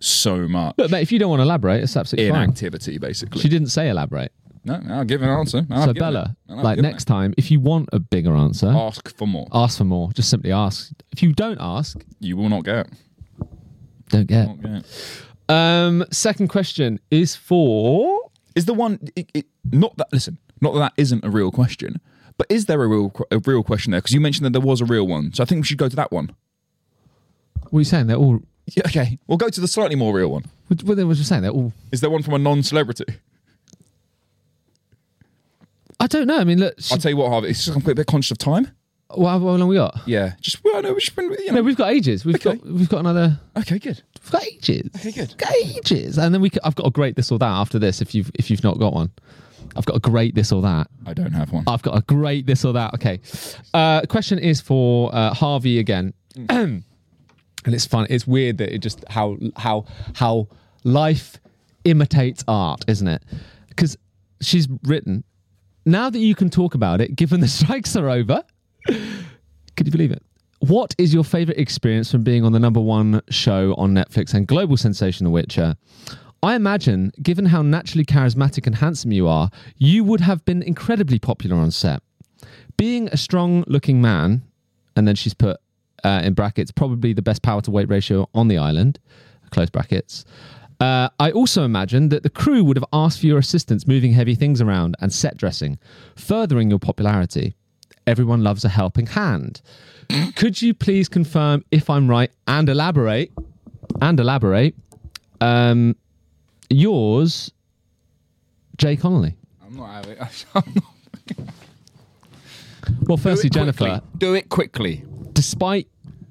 so much. look, mate. If you don't want to elaborate, it's absolutely fine. Inactivity, basically. She didn't say elaborate. no, I'll give an answer. I'll So give it. Bella, I'll like give it. next time, if you want a bigger answer, Ask for more. ask for more. Just simply ask. If you don't ask, You will not get. don't get. Not get. Um, second question is for Is the one it, it, not that? Listen, not that that isn't a real question, but is there a real qu- a real question there? Because you mentioned that there was a real one, so I think we should go to that one. what are you saying? They're all. Yeah, okay, we'll go to the slightly more real one. What, what was you saying? They're all. Is there one from a non-celebrity? I don't know. I mean, look. She, I'll tell you what, Harvey. It's just I'm a bit conscious of time. well, how how long we got? Yeah, just well, no, we should been, you No, know. we've got ages. We've Okay. got we've got another. Okay, good. We've got ages. Okay, good. Got ages, and then we. c I've got a great this or that after this. If you've if you've not got one, I've got a great this or that. I don't have one. I've got a great this or that. Okay. Uh, question is for uh, Harvey again, and it's fun. It's weird that it just how how how life imitates art, isn't it? Because she's written, now that you can talk about it, given the strikes are over, could you believe it? What is your favorite experience from being on the number one show on Netflix and global sensation The Witcher? I imagine, given how naturally charismatic and handsome you are, you would have been incredibly popular on set. Being a strong looking man, and then she's put uh, in brackets, probably the best power to weight ratio on the island, close brackets. Uh, I also imagine that the crew would have asked for your assistance moving heavy things around and set dressing, furthering your popularity. Everyone loves a helping hand. Could you please confirm if I'm right and elaborate? And elaborate. Um, yours, Jay Connolly. I'm not having. I'm not- Well, firstly, Jennifer. Quickly. Do it quickly. despite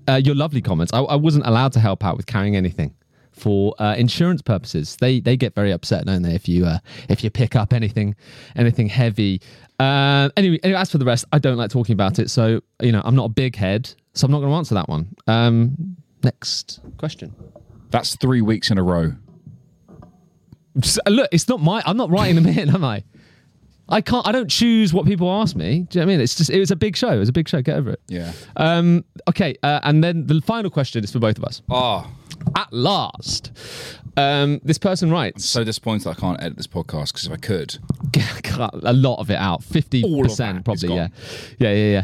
uh, your lovely comments, I, I wasn't allowed to help out with carrying anything for uh, insurance purposes. They they get very upset, don't they, if you uh, if you pick up anything anything heavy. Uh, anyway, anyway, as for the rest, I don't like talking about it. So you know, I'm not a big head, so I'm not going to answer that one. Um, next question. That's three weeks in a row. Just- uh, look, it's not my. I'm not writing them in, am I? I can't. I don't choose what people ask me. Do you know what I mean? It's just. It was a big show. It was a big show. Get over it. Yeah. Um, okay, uh, and then the final question is for both of us. Oh, At last, um, this person writes so disappointed I can't edit this podcast because if I could, a lot of it out, fifty All of that percent is probably. gone. Yeah, yeah, yeah, yeah.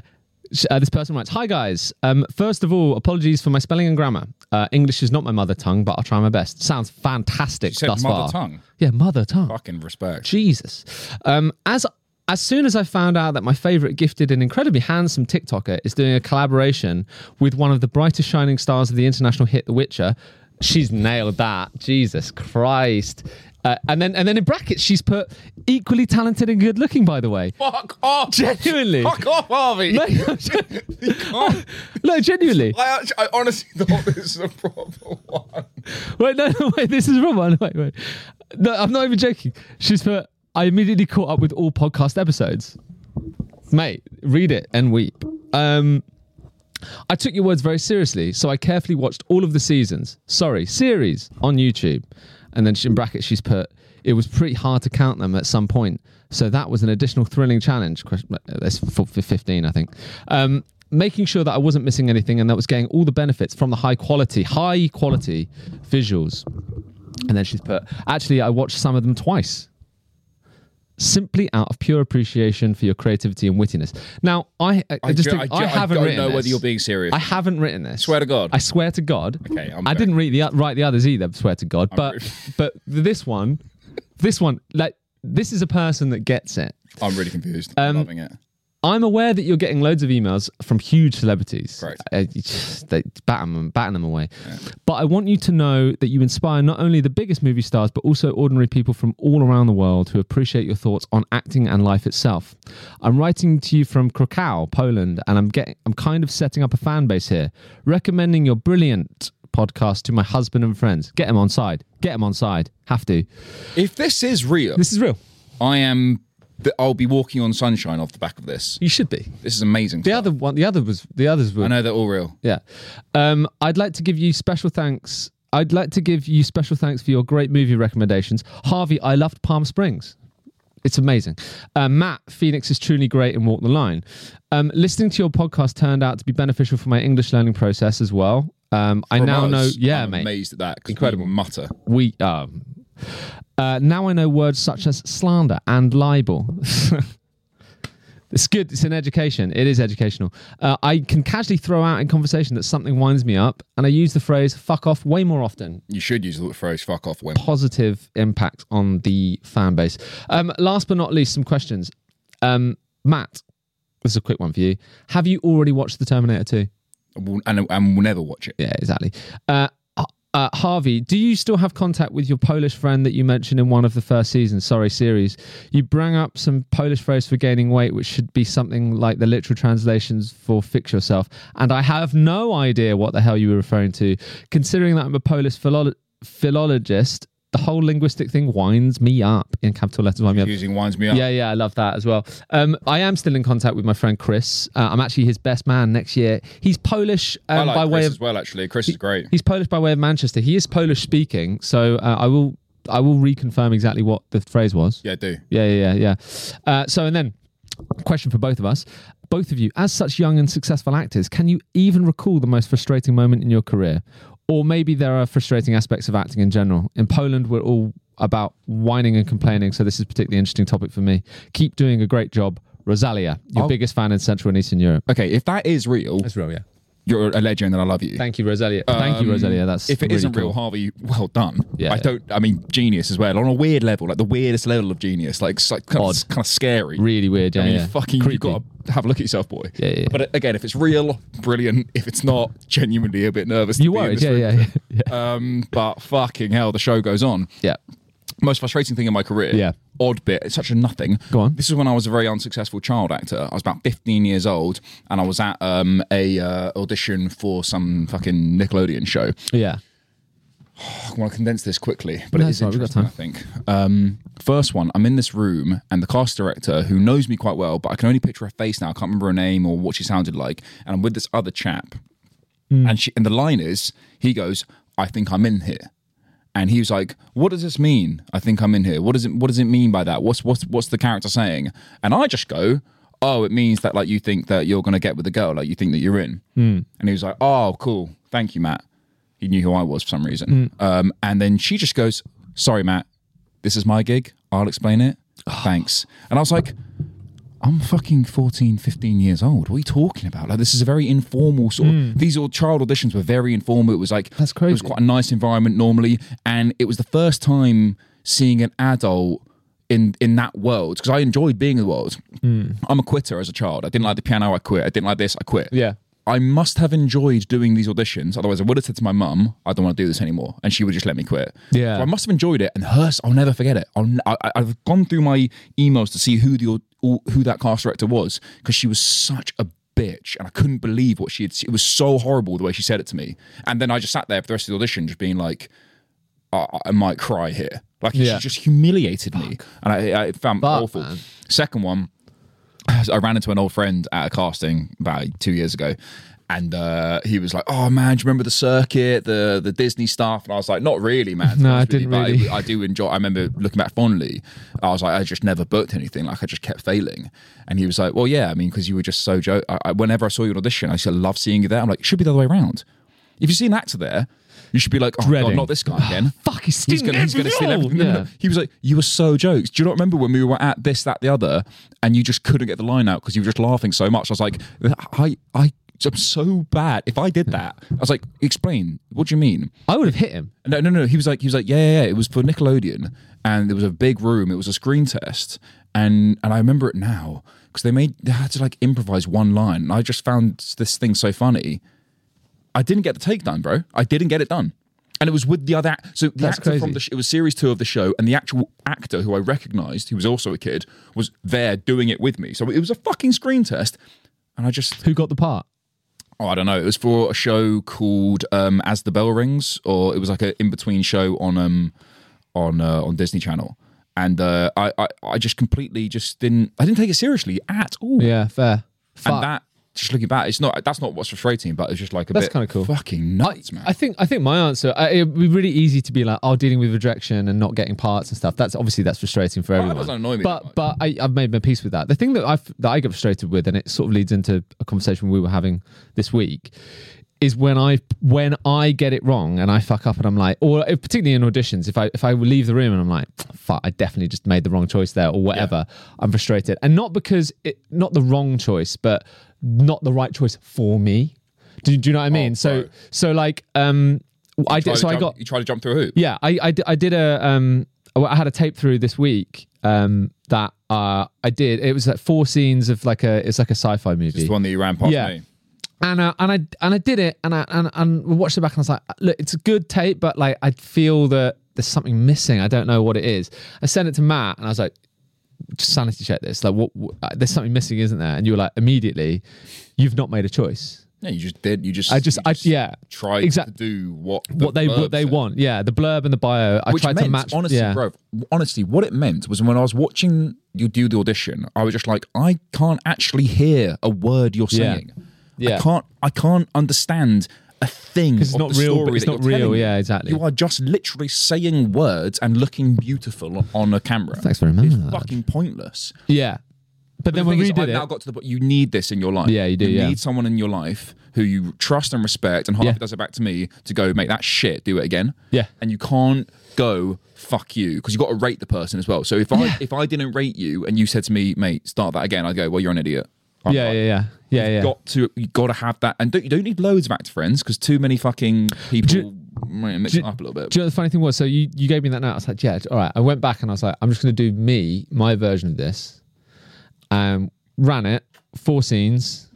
Sh- Uh, this person writes, "Hi guys. Um, first of all, apologies for my spelling and grammar. Uh, English is not my mother tongue, but I'll try my best. Sounds fantastic She said thus mother far. tongue. Yeah, mother tongue. fucking respect. Jesus. Um, as as soon as I found out that my favorite gifted and incredibly handsome TikToker is doing a collaboration with one of the brightest shining stars of the international hit The Witcher, she's nailed that. Jesus Christ. Uh, and then and then in brackets she's put equally talented and good looking by the way. Fuck off. Genuinely. Fuck off, Harvey. No, You can't. no, genuinely. I, actually, I honestly thought this is a proper one. Wait, no, no, wait, this is a real one. Wait, wait. No, I'm not even joking. She's put, I immediately caught up with all podcast episodes. Mate, read it and weep. Um, I took your words very seriously, so I carefully watched all of the seasons, sorry, series on YouTube. And then she- in brackets, she's put, it was pretty hard to count them at some point. So that was an additional thrilling challenge. Question- uh, That's for for 15, I think. Um, making sure that I wasn't missing anything and that was getting all the benefits from the high quality, high quality visuals. And then she's put, actually, I watched some of them twice. Simply out of pure appreciation for your creativity and wittiness. Now, I, I, just ju- think, ju- I, haven't don't written know this. whether you're being serious. I haven't written this. Swear to God. I swear to God. Okay, I'm I back. didn't read the write the others either. Swear to God. But but this one, this one, like this is a person that gets it. I'm really confused. Um, I'm loving it. I'm aware that you're getting loads of emails from huge celebrities. Correct. Uh, you just- they batting them, batting them away. But I want you to know that you inspire not only the biggest movie stars, but also ordinary people from all around the world who appreciate your thoughts on acting and life itself. I'm writing to you from Krakow, Poland, and I'm getting, I'm kind of setting up a fan base here, recommending your brilliant podcast to my husband and friends. Get him on side. Get him on side. Have to. If this is real, This is real. I am. th- I'll be walking on sunshine off the back of this. You should be. This is amazing. The other one, the other was, the others were I know they're all real. Yeah. Um, I'd like to give you special thanks. I'd like to give you special thanks for your great movie recommendations. Harvey, I loved Palm Springs. It's amazing. Uh, Matt, Phoenix is truly great and Walk the Line. Um, listening to your podcast turned out to be beneficial for my English learning process as well. Um, I From now us, know, yeah, I'm mate. Amazed at that. Incredible mutter. We um, uh, now I know words such as slander and libel. it's good. It's an education. It is educational. Uh, I can casually throw out in conversation that something winds me up, and I use the phrase "fuck off" way more often. You should use the phrase "fuck off" when Positive impact on the fan base. Um, last but not least, some questions. Um, Matt, this is a quick one for you. Have you already watched The Terminator Two? and and we'll never watch it. Yeah, exactly. Uh, uh, Harvey, do you still have contact with your Polish friend that you mentioned in one of the first seasons? Sorry, series. You bring up some Polish phrase for gaining weight, which should be something like the literal translations for fix yourself. And I have no idea what the hell you were referring to. Considering that I'm a Polish philo- philologist, the whole linguistic thing winds me up in capital letters. Wind me up. Using winds me up. Yeah, yeah, I love that as well. Um, I am still in contact with my friend Chris. Uh, I'm actually his best man next year. He's Polish I um, like by Chris way of as well. Actually, Chris is great. He's Polish by way of Manchester. He is Polish speaking, so uh, I will I will reconfirm exactly what the phrase was. Yeah, do. Yeah, yeah, yeah. yeah. Uh, so, and then question for both of us. Both of you, as such young and successful actors, can you even recall the most frustrating moment in your career? Or maybe there are frustrating aspects of acting in general. In Poland, we're all about whining and complaining, so this is a particularly interesting topic for me. Keep doing a great job. Rosalia, your I'll- biggest fan in Central and Eastern Europe. Okay, if that is Oh. real, That's real, yeah. you're a legend and I love you. Thank you, Rosalia. Thank you, Um, Rosalia. That's if it really not cool. real, Harvey, well done. Yeah. I don't. I mean, genius as well on a weird level, like the weirdest level of genius, like, s- like kind, Odd. of, kind of scary. really weird. Yeah, I mean, yeah. you fucking, Creepy. you got to have a look at yourself, boy. Yeah, yeah. But uh, again, if it's real, brilliant. If it's not, genuinely a bit nervous. to You be in worried? this Yeah, room. yeah, yeah, Um, but fucking hell, the show goes on. yeah. Most frustrating thing in my career. Yeah. Odd bit. It's such a nothing. Go on. This is when I was a very unsuccessful child actor. I was about 15 years old, and I was at um, a uh, audition for some fucking Nickelodeon show. Yeah. I want to condense this quickly, but No, it it's is all right, we've got interesting, I think. Um, first one, I'm in this room, and the cast director, who knows me quite well, but I can only picture her face now. I can't remember her name or what she sounded like. And I'm with this other chap, Hmm. and she and the line is, he goes, "I think I'm in here," and he was like, "What does this mean? I think I'm in here. What does it What does it mean by that? What's what's what's the character saying?" And I just go. Oh, it means that like you think that you're gonna get with the girl, like you think that you're in. Hmm. And he was like, "Oh, cool, thank you, Matt." he knew who I was for some reason. Hmm. Um, and then she just goes, "Sorry, Matt, this is my gig. I'll explain it. Ah. Thanks." And I was like, "I'm fucking 14, 15 years old. What are you talking about? Like, this is a very informal sort. Of, these all child auditions were very informal. It was like Hmm. That's It was crazy. quite a nice environment normally, and it was the first time seeing an adult." In, in that world because I enjoyed being in the world. I'm a quitter as a child. I didn't like the piano. I quit. I didn't like this. I quit. Yeah. I must have enjoyed doing these auditions. Otherwise, I would have said to my mum, I don't want to do this anymore. And she would just let me quit. Yeah. So I must have enjoyed it. And hers, I'll never forget it. I'll, I, I've gone through my emails to see who the who that cast director was because she was such a bitch and I couldn't believe what she had. It was so horrible the way she said it to me. And then I just sat there for the rest of the audition just being like, I, I might cry here. Like Yeah. she just humiliated me. And I, I found Fuck, awful. man. Second one, so I ran into an old friend at a casting about two years ago, and uh, he was like, "Oh man, do you remember the circuit, the the Disney stuff?" And I was like, "Not really, man. to be No, I honest didn't with you, but really." I, I do enjoy. I remember looking back fondly. I was like, I just never booked anything. Like I just kept failing." And he was like, "Well, yeah, I mean, because you were just so joke. I, I, whenever I saw you in audition, I used to love seeing you there. I'm like, it should be the other way around. If you see an actor there." You should be like, oh Dreading. god, not this guy again. Fuck, he's He's stealing gonna, he's gonna steal everything. everything. No, no, no. Yeah. He was like, "You were so jokes. Do you not remember when we were at this, that, the other, and you just couldn't get the line out because you were just laughing so much?" I was like, "I, I, I'm so bad. If I did that, I was like, explain. What do you mean?" I would have hit him. No, no, no. He was like, he was like, yeah, yeah, yeah. It was for Nickelodeon, and there was a big room. It was a screen test, and and I remember it now because they made they had to like improvise one line, and I just found this thing so funny. I didn't get the take done, bro. I didn't get it done, and it was with the other. act- So the That's actor crazy. from the sh- it was series two of the show, and the actual actor who I recognised, who was also a kid, was there doing it with me. So it was a fucking screen test, and I just Who got the part? oh, I don't know. It was for a show called um, As the Bell Rings, or it was like an in between show on um, on uh, on Disney Channel. And uh, I, I I just completely just didn't I didn't take it seriously at all. Yeah, fair. Fuck. and that just looking back, it's not that's not what's frustrating, but it's just like a That's bit kinda cool. Fucking nuts, man. I think I think my answer. I, it'd be really easy to be like, "Oh, dealing with rejection and not getting parts and stuff." That's obviously that's frustrating for that everyone. doesn't annoy me that But much. but I, I've made my peace with that. The thing that I that I get frustrated with, and it sort of leads into a conversation we were having this week, is when I when I get it wrong and I fuck up, and I'm like, or if, particularly in auditions, if I if I leave the room and I'm like, fuck, I definitely just made the wrong choice there, or whatever. I'm frustrated, and not because it not the wrong choice, but not the right choice for me. Do, do you know what I mean? so bro. so like um I Oh, Try did to so I jump- got you try to jump through a hoop. yeah I I di- I did a um I had a tape through this week um that uh I did it was like four scenes of like a it's like a sci-fi movie It's the one that you ran past Yeah. me. and uh, and I and I did it and I and and we watched it back and I was like look it's a good tape but like I feel that there's something missing I don't know what it is I sent it to Matt and I was like just sanity check this like what, what uh, there's something missing isn't there and you were like immediately you've not made a choice Yeah, you just did. You just I just, you I yeah tried exact- to do what the what they blurb what they said. want. Yeah, the blurb and the bio. I Which tried meant, to match. honestly, yeah. bro, honestly, what it meant was when I was watching you do the audition, I was just like, I can't actually hear a word you're Yeah. saying. Yeah. I can't I can't understand a thing. It's of not the real. story It's that not you're real. telling Yeah, me. exactly. You are just literally saying words and looking beautiful on a camera. Thanks very much. It's fucking pointless. Yeah, but, The then when thing we is, did I've it, now got to the point you need this in your life. Yeah, you do, You yeah. need someone in your life who you trust and respect, and Harvey Yeah. does it back to me to go make that shit, do it again. Yeah. and you can't go fuck you because you got to rate the person as well. So if I if I didn't rate you and you said to me, mate, start that again, I'd go, well, you're an idiot. I'm yeah, not. yeah, yeah, yeah, yeah. Got to you got to have that, and don't, you don't need loads of actor friends because too many fucking people might mix it up a little bit. Do you know what the funny thing was? So you, you gave me that note. I was like, yeah, all right. I went back and I was like, I'm just going to do me, my version of this. Um, ran it, four scenes,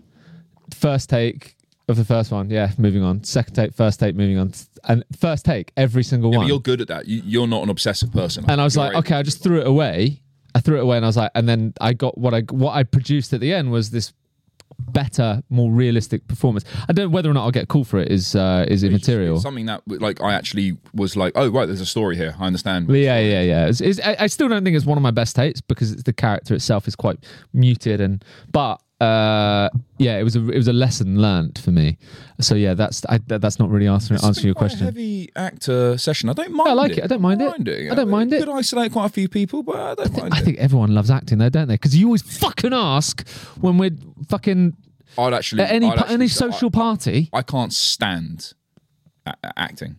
first take of the first one. Yeah, moving on. Second take, first take, moving on. And first take, every single Yeah, but one. you're good at that. You, you're not an obsessive person. and I was You're like, able okay, I to just move threw it away. I threw it away, and I was like, and then I got what I what I produced at the end was this better, more realistic performance. I don't whether or not I'll get a call for it is uh, is on. It's just- immaterial. it's Something that like I actually was like, oh right, there's a story here. I understand. Yeah, yeah, yeah. It's, it's, I, I still don't think it's one of my best takes because it's, the character itself is quite muted and. But uh, yeah, it was a it was a lesson learned for me. So yeah, that's I, that, that's not really answering It's answering been your quite a question. heavy actor session. I don't mind. I like it. I don't mind it. it. I don't mind it. Could isolate quite a few people, but I don't mind I it. think everyone loves acting though, don't they? Because you always fucking ask when we're fucking I'd actually at any I'd pa- actually any say- I- social party. I can't stand a- a- acting.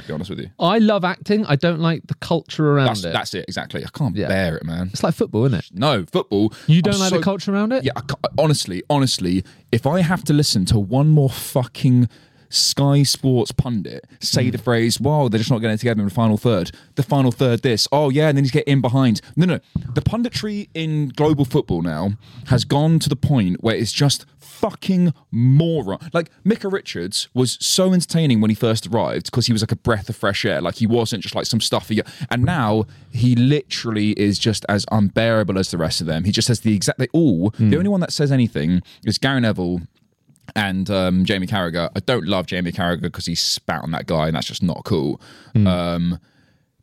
To be honest with you, I love acting. I don't like the culture around that's it. that's it exactly. I can't Yeah. bear it, man. it's like football, isn't it? No football. You I'm don't like so the culture around it. Yeah, I ca- honestly, honestly, if I have to listen to one more fucking Sky Sports pundit say the phrase, "Wow, they're just not getting it together in the final third. The final third, this. Oh yeah, and then he's get in behind. No, no, the punditry in global football now has gone to the point where it's just fucking moron. Like Micah Richards was so entertaining when he first arrived because he was like a breath of fresh air. Like he wasn't just like some stuffy. And now he literally is just as unbearable as the rest of them. He just says the exact. They all. The only one that says anything is Gary Neville. And um, Jamie Carragher. I don't love Jamie Carragher because he spat on that guy, and that's just not cool. Hmm. Um,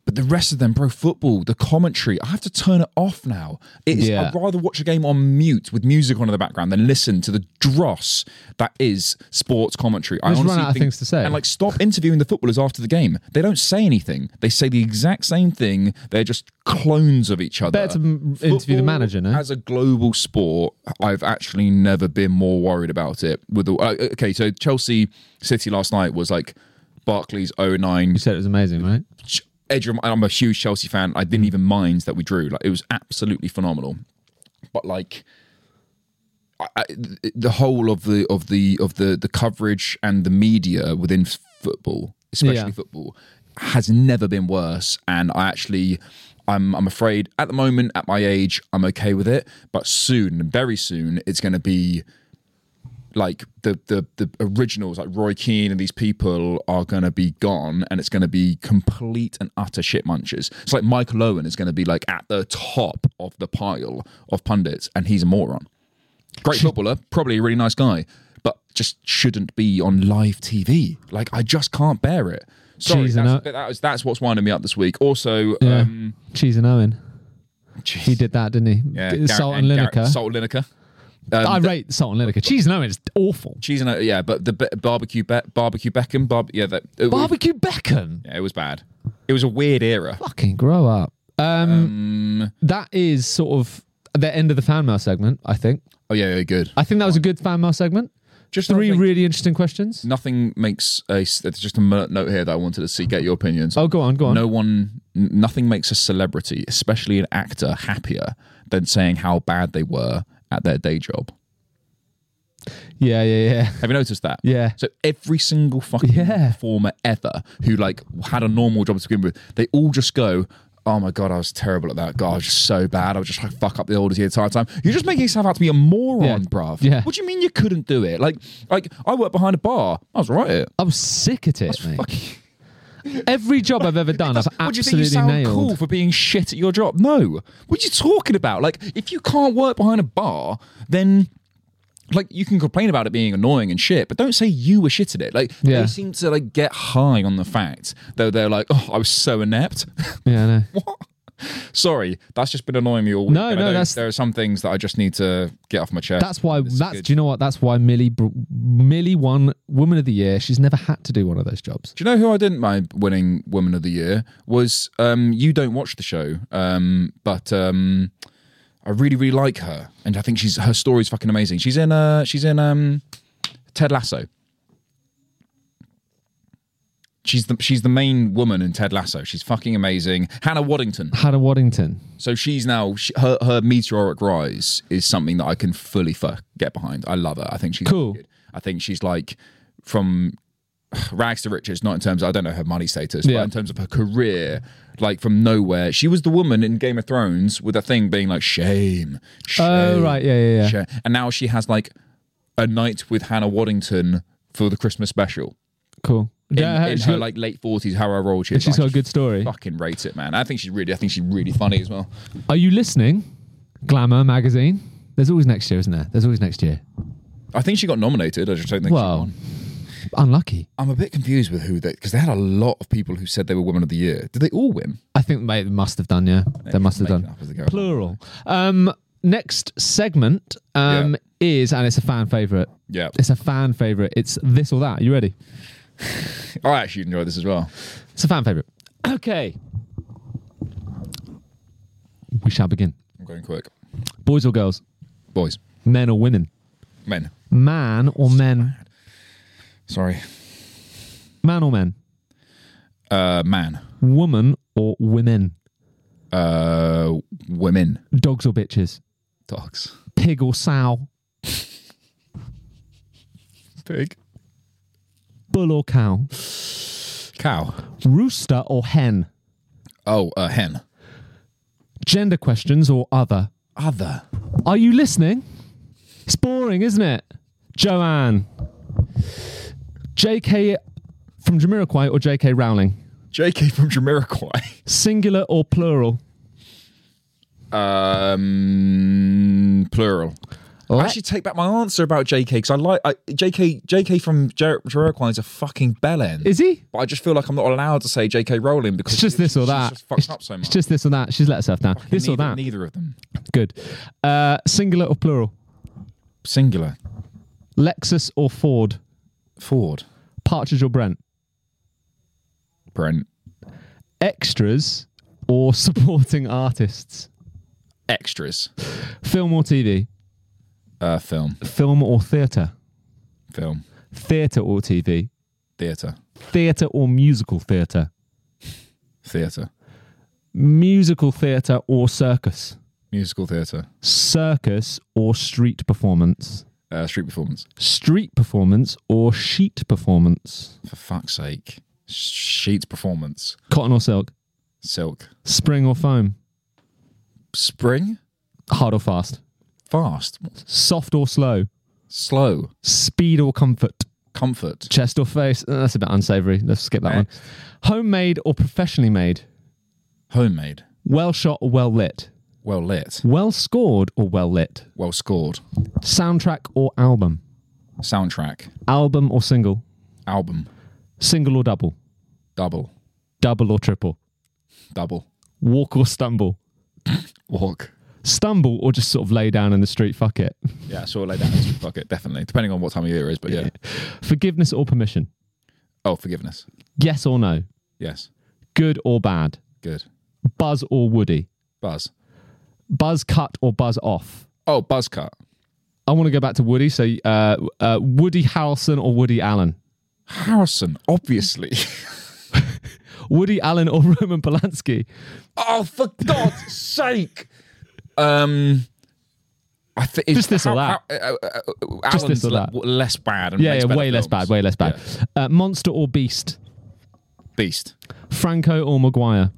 but the rest of them, bro, football, the commentary, I have to turn it off now. It's, Yeah. I'd rather watch a game on mute with music on in the background than listen to the dross that is sports commentary. I Just run honestly out of think- things to say. And like, stop interviewing the footballers after the game. They don't say anything. They say the exact same thing. They're just clones of each other. Better to m- interview the Football manager, no? As a global sport, I've actually never been more worried about it. With the, uh, okay, so Chelsea City last night was like Barclays 09 You said it was amazing, right? ch- edge of my, I'm a huge Chelsea fan. I didn't even mind that we drew. Like it was absolutely phenomenal. But like I, I, th- the whole of the of the of the the coverage and the media within f- football, especially Yeah. football, has never been worse. And I actually. I'm, I'm afraid at the moment at my age I'm okay with it, but soon, very soon, it's going to be like the the the originals like Roy Keane and these people are gonna be gone and it's gonna be complete and utter shit munchers. It's like Michael Owen is gonna be like at the top of the pile of pundits and he's a moron. Great footballer, probably a really nice guy, but just shouldn't be on live TV. Like I just can't bear it. Sorry, Cheese and that's, that was, that's what's winding me up this week. Also, Yeah. um, Cheese and Owen. He did that, didn't he? yeah, Did Salt and Lineker. Salt and Lineker. Um, I rate Salt and Lineker. Cheese and Owen is awful. cheese and uh, yeah, but the b- barbecue be- barbecue Beckham, barb- yeah, that it, was- Barbecue Beckham. yeah, it was bad. It was a weird era. Fucking grow up. Um, that is sort of the end of the fan mail segment. I think. Oh yeah, yeah good. I think that was a good fan mail segment. Just Three nothing, really interesting questions. nothing makes a. s- There's just a mo- note here that I wanted to see get your opinions. Oh, go on, go on. No one, n- nothing makes a celebrity, especially an actor, happier than saying how bad they were at their day job. Yeah, yeah, yeah, Have you noticed that? yeah. So every single fucking Yeah. performer ever who like had a normal job to begin with, they all just go, "Oh my god, I was terrible at that. God, I was just so bad. I was just like fuck up the orders the entire time." You're just making yourself out to be a moron, Yeah. bruv. Yeah. What do you mean you couldn't do it? Like, like I worked behind a bar. I was all right. At it. I was sick at it, mate. Fucking- Every job I've ever done, I've What do you think you absolutely sound nailed. cool for being shit at your job? No. What are you talking about? Like, if you can't work behind a bar, then like you can complain about it being annoying and shit, but don't say you were shit at it. Like Yeah. they seem to like get high on the fact though they're like, oh, I was so inept. Yeah, I know. what? Sorry, that's just been annoying me all week. No, And I no, know that's- there are some things that I just need to get off my chest. That's why. This is That's good. do you know what? That's why Millie br- Millie won Woman of the Year. She's never had to do one of those jobs. Do you know who I didn't mind winning Woman of the Year was um, you don't watch the show, um, but um, I really really like her, and I think she's her story's fucking amazing. She's in uh she's in um, Ted Lasso. She's the she's the main woman in Ted Lasso. She's fucking amazing. Hannah Waddington. Hannah Waddington. So she's now she, her her meteoric rise is something that I can fully fuck get behind. I love her. I think she's Cool. Good. I think she's like from rags to riches. Not in terms of, I don't know her money status, Yeah. but in terms of her career, like from nowhere. She was the woman in Game of Thrones with a thing being like shame. shame Oh, right. Yeah, yeah, yeah. shame. And now she has like a night with Hannah Waddington for the Christmas special. Cool. In, yeah, in she's her got- like late forties, however old she is. she's I got a good story. fucking rate it, man. I think she's really I think she's really funny as well. Are you listening? Glamour magazine. There's always next year, isn't there? There's always next year. I think she got nominated. I just don't think. she Well, won. unlucky. I'm a bit confused with who they because they had a lot of people who said they were Women of the Year. Did they all win? I think they must have done. Yeah, they must have Making done. up as they go. Plural. Um, next segment um, Yeah. is, and it's a fan favorite. Yeah, It's a fan favorite. It's this or that. You ready? I actually enjoyed this as well. It's a fan favorite. Okay. We shall begin. I'm going quick. Boys or girls? Boys, Men or women? men. Man or men? Sorry, Man or men? uh, man. Woman or women? Uh, women. Dogs or bitches? Dogs. Pig or sow? Pig. Bull or cow? Cow. Rooster or hen? Oh, uh, hen. Gender questions or other? Other. Are you listening? It's boring, isn't it? Joanne. JK from Jamiroquai or JK Rowling? J.K. from Jamiroquai. Singular or plural? Um, plural. I Let- actually take back my answer about J.K. because I like I, J.K. J.K. from Jer- Jamiroquai is a fucking bellend. Is he? But I just feel like I'm not allowed to say J.K. Rowling because It's just she- this or she's that. Just fucks up so much. It's just this or that. She's let herself down. This neither, or that. Neither of them. Good. Uh, singular or plural? Singular. Lexus or Ford? Ford. Partridge or Brent? Brent. Extras or supporting artists? Extras. Film or TV? Uh, film. Film or theatre? Film. Theatre or TV? Theatre. Theatre or musical theatre? Theatre. Musical theatre or circus? Musical theatre. Circus or street performance? Uh, street performance. Street performance or sheet performance? For fuck's sake. Sheets performance. Cotton or silk? Silk. Spring or foam? Spring. Hard or fast? Fast. Soft or slow? Slow. Speed or comfort? Comfort. Chest or face? Uh, That's a bit unsavory. Let's skip that one. Next. Homemade or professionally made? Homemade. Well shot or well lit? Well lit. Well scored or well lit? Well scored. Soundtrack or album? Soundtrack. Album or single? Album. Single or double? Double. Double or triple? Double. Walk or stumble? Walk. Stumble or just sort of lay down in the street? Fuck it. Yeah, sort of like that. Fuck it, definitely. Depending on what time of year it is, but yeah. Forgiveness or permission? Oh, forgiveness. Yes or no? Yes. Good or bad? Good. Buzz or woody? Buzz. Buzz cut or buzz off? Oh, buzz cut. I want to go back to Woody. So, uh, uh, Woody Harrelson or Woody Allen? Harrison, obviously. Woody Allen or Roman Polanski? oh, for God's sake. Um, I think Just this or that. uh, uh, uh, Just Alan's this or le- that. w- less bad. And Yeah, makes yeah better way less films. bad, way less bad. Uh, Monster or Beast? Beast. Franco or Maguire?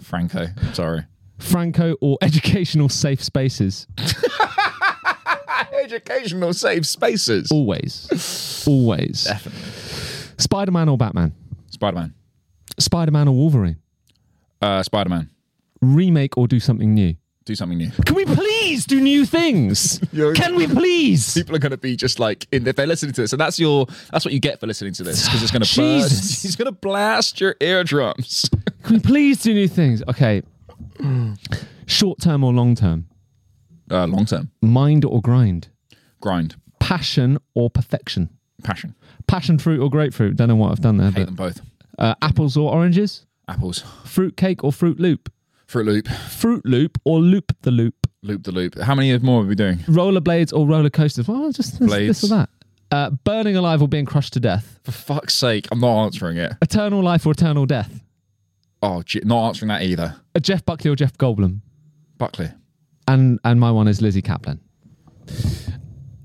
Franco. I'm sorry. Franco or educational safe spaces? Educational safe spaces. Always. Always. Definitely. Spider Man or Batman? Spider Man. Spider Man or Wolverine? Uh, Spider Man. Remake or do something new? Do something new. Can we please do new things? Yo- Can we please? people are going to be just like in, if they're listening to this, and that's your that's what you get for listening to this because it's going to Jesus. blast. He's going to blast your eardrums. Can we please do new things? Okay. Short term or long term? Uh, long term, Mind or grind? grind, Passion or perfection? passion. Passion fruit or grapefruit? Don't know what I've done there. Hate But, them both. uh, apples or oranges? Apples, Fruit cake or fruit loop? Fruit Loop, Fruit loop or loop the loop? Loop the Loop. How many more are we doing? Rollerblades or roller coasters? Well, just this, Blades. this or that. Uh, burning alive or being crushed to death? For fuck's sake, I'm not answering it. Eternal life or eternal death? Oh, gee, not answering that either. Uh, Jeff Buckley or Jeff Goldblum? Buckley. And and my one is Lizzie Kaplan.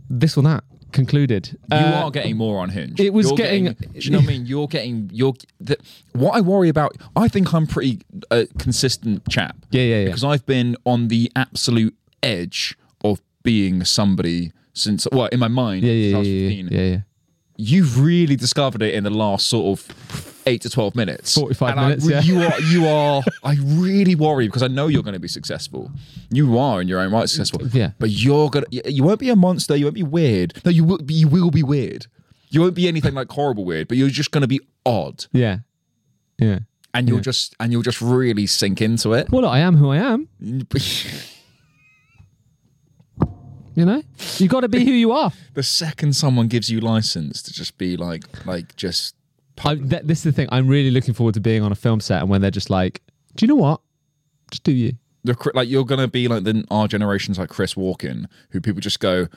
This or that concluded. You Uh, are getting more on Hinge. it was You're getting- Do you know what I mean? You're getting. You're. The, what I worry about. I think I'm pretty uh, consistent chap. Yeah, yeah, yeah. Because I've been on the absolute edge of being somebody since. Well, in my mind, yeah, since yeah, I was yeah, 15. yeah, yeah, yeah. You've really discovered it in the last sort of eight to twelve minutes. 45 And I minutes, re- yeah. You are. You are. I really worry because I know you're going to be successful. You are in your own right successful. Yeah. But you're gonna. You you won't be a monster. You won't be weird. No, you will. Be, you will be weird. You won't be anything like horrible weird. But you're just gonna be odd, Yeah. Yeah. and you'll just and you'll just really sink into it. Well, look, I am who I am. You know, you got to be who you are. the second someone gives you license to just be like, like just. I, th- this is the thing. I'm really looking forward to being on a film set and when they're just like, "Do you know what? Just do you." the cri- like you're gonna be like the our generation's like Chris Walken, who people just go,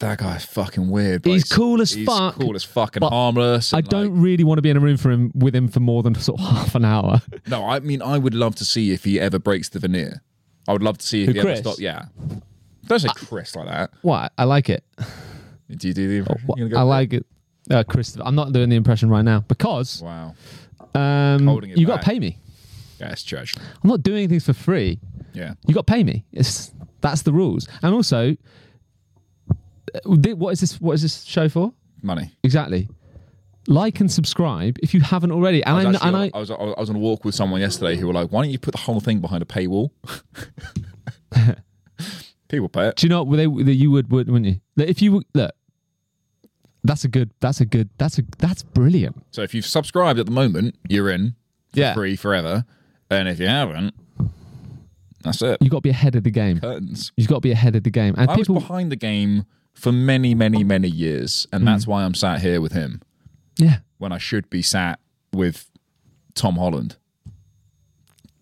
that guy's fucking weird. But He's cool as he's fuck, cool as fuck and but harmless. I and, don't like- really want to be in a room for him with him for more than sort of half an hour. no, I mean, I would love to see if he ever breaks the veneer. I would love to see if Who, he Chris? ever stops. Yeah, don't say Chris like that. what? I like it. Do you do the impression? What- You're gonna go Oh, I for like it. Uh, Chris, I'm not doing the impression right now because it? Wow, um, Holding it you got to back. pay me. yeah, it's church. I'm not doing things for free. Yeah, You got to pay me. It's that's the rules. And also, uh, thi- what is this? What is this show for? money. Exactly. Like and subscribe if you haven't already. And I, I kn- was, actually, and I, I, was, I was on a walk with someone yesterday who were like, "Why don't you put the whole thing behind a paywall?" People pay it. do you know what they, that you would, would wouldn't you? That if you were- look, that's a good. That's a good. That's a that's brilliant. So if you've subscribed at the moment, you're in for Yeah. free forever. And if you haven't, that's it. You got to be ahead of the game. Curtains. You've got to be ahead of the game. And I people, was behind the game for many, many, many years, and Mm. that's why I'm sat here with him yeah, when I should be sat with Tom Holland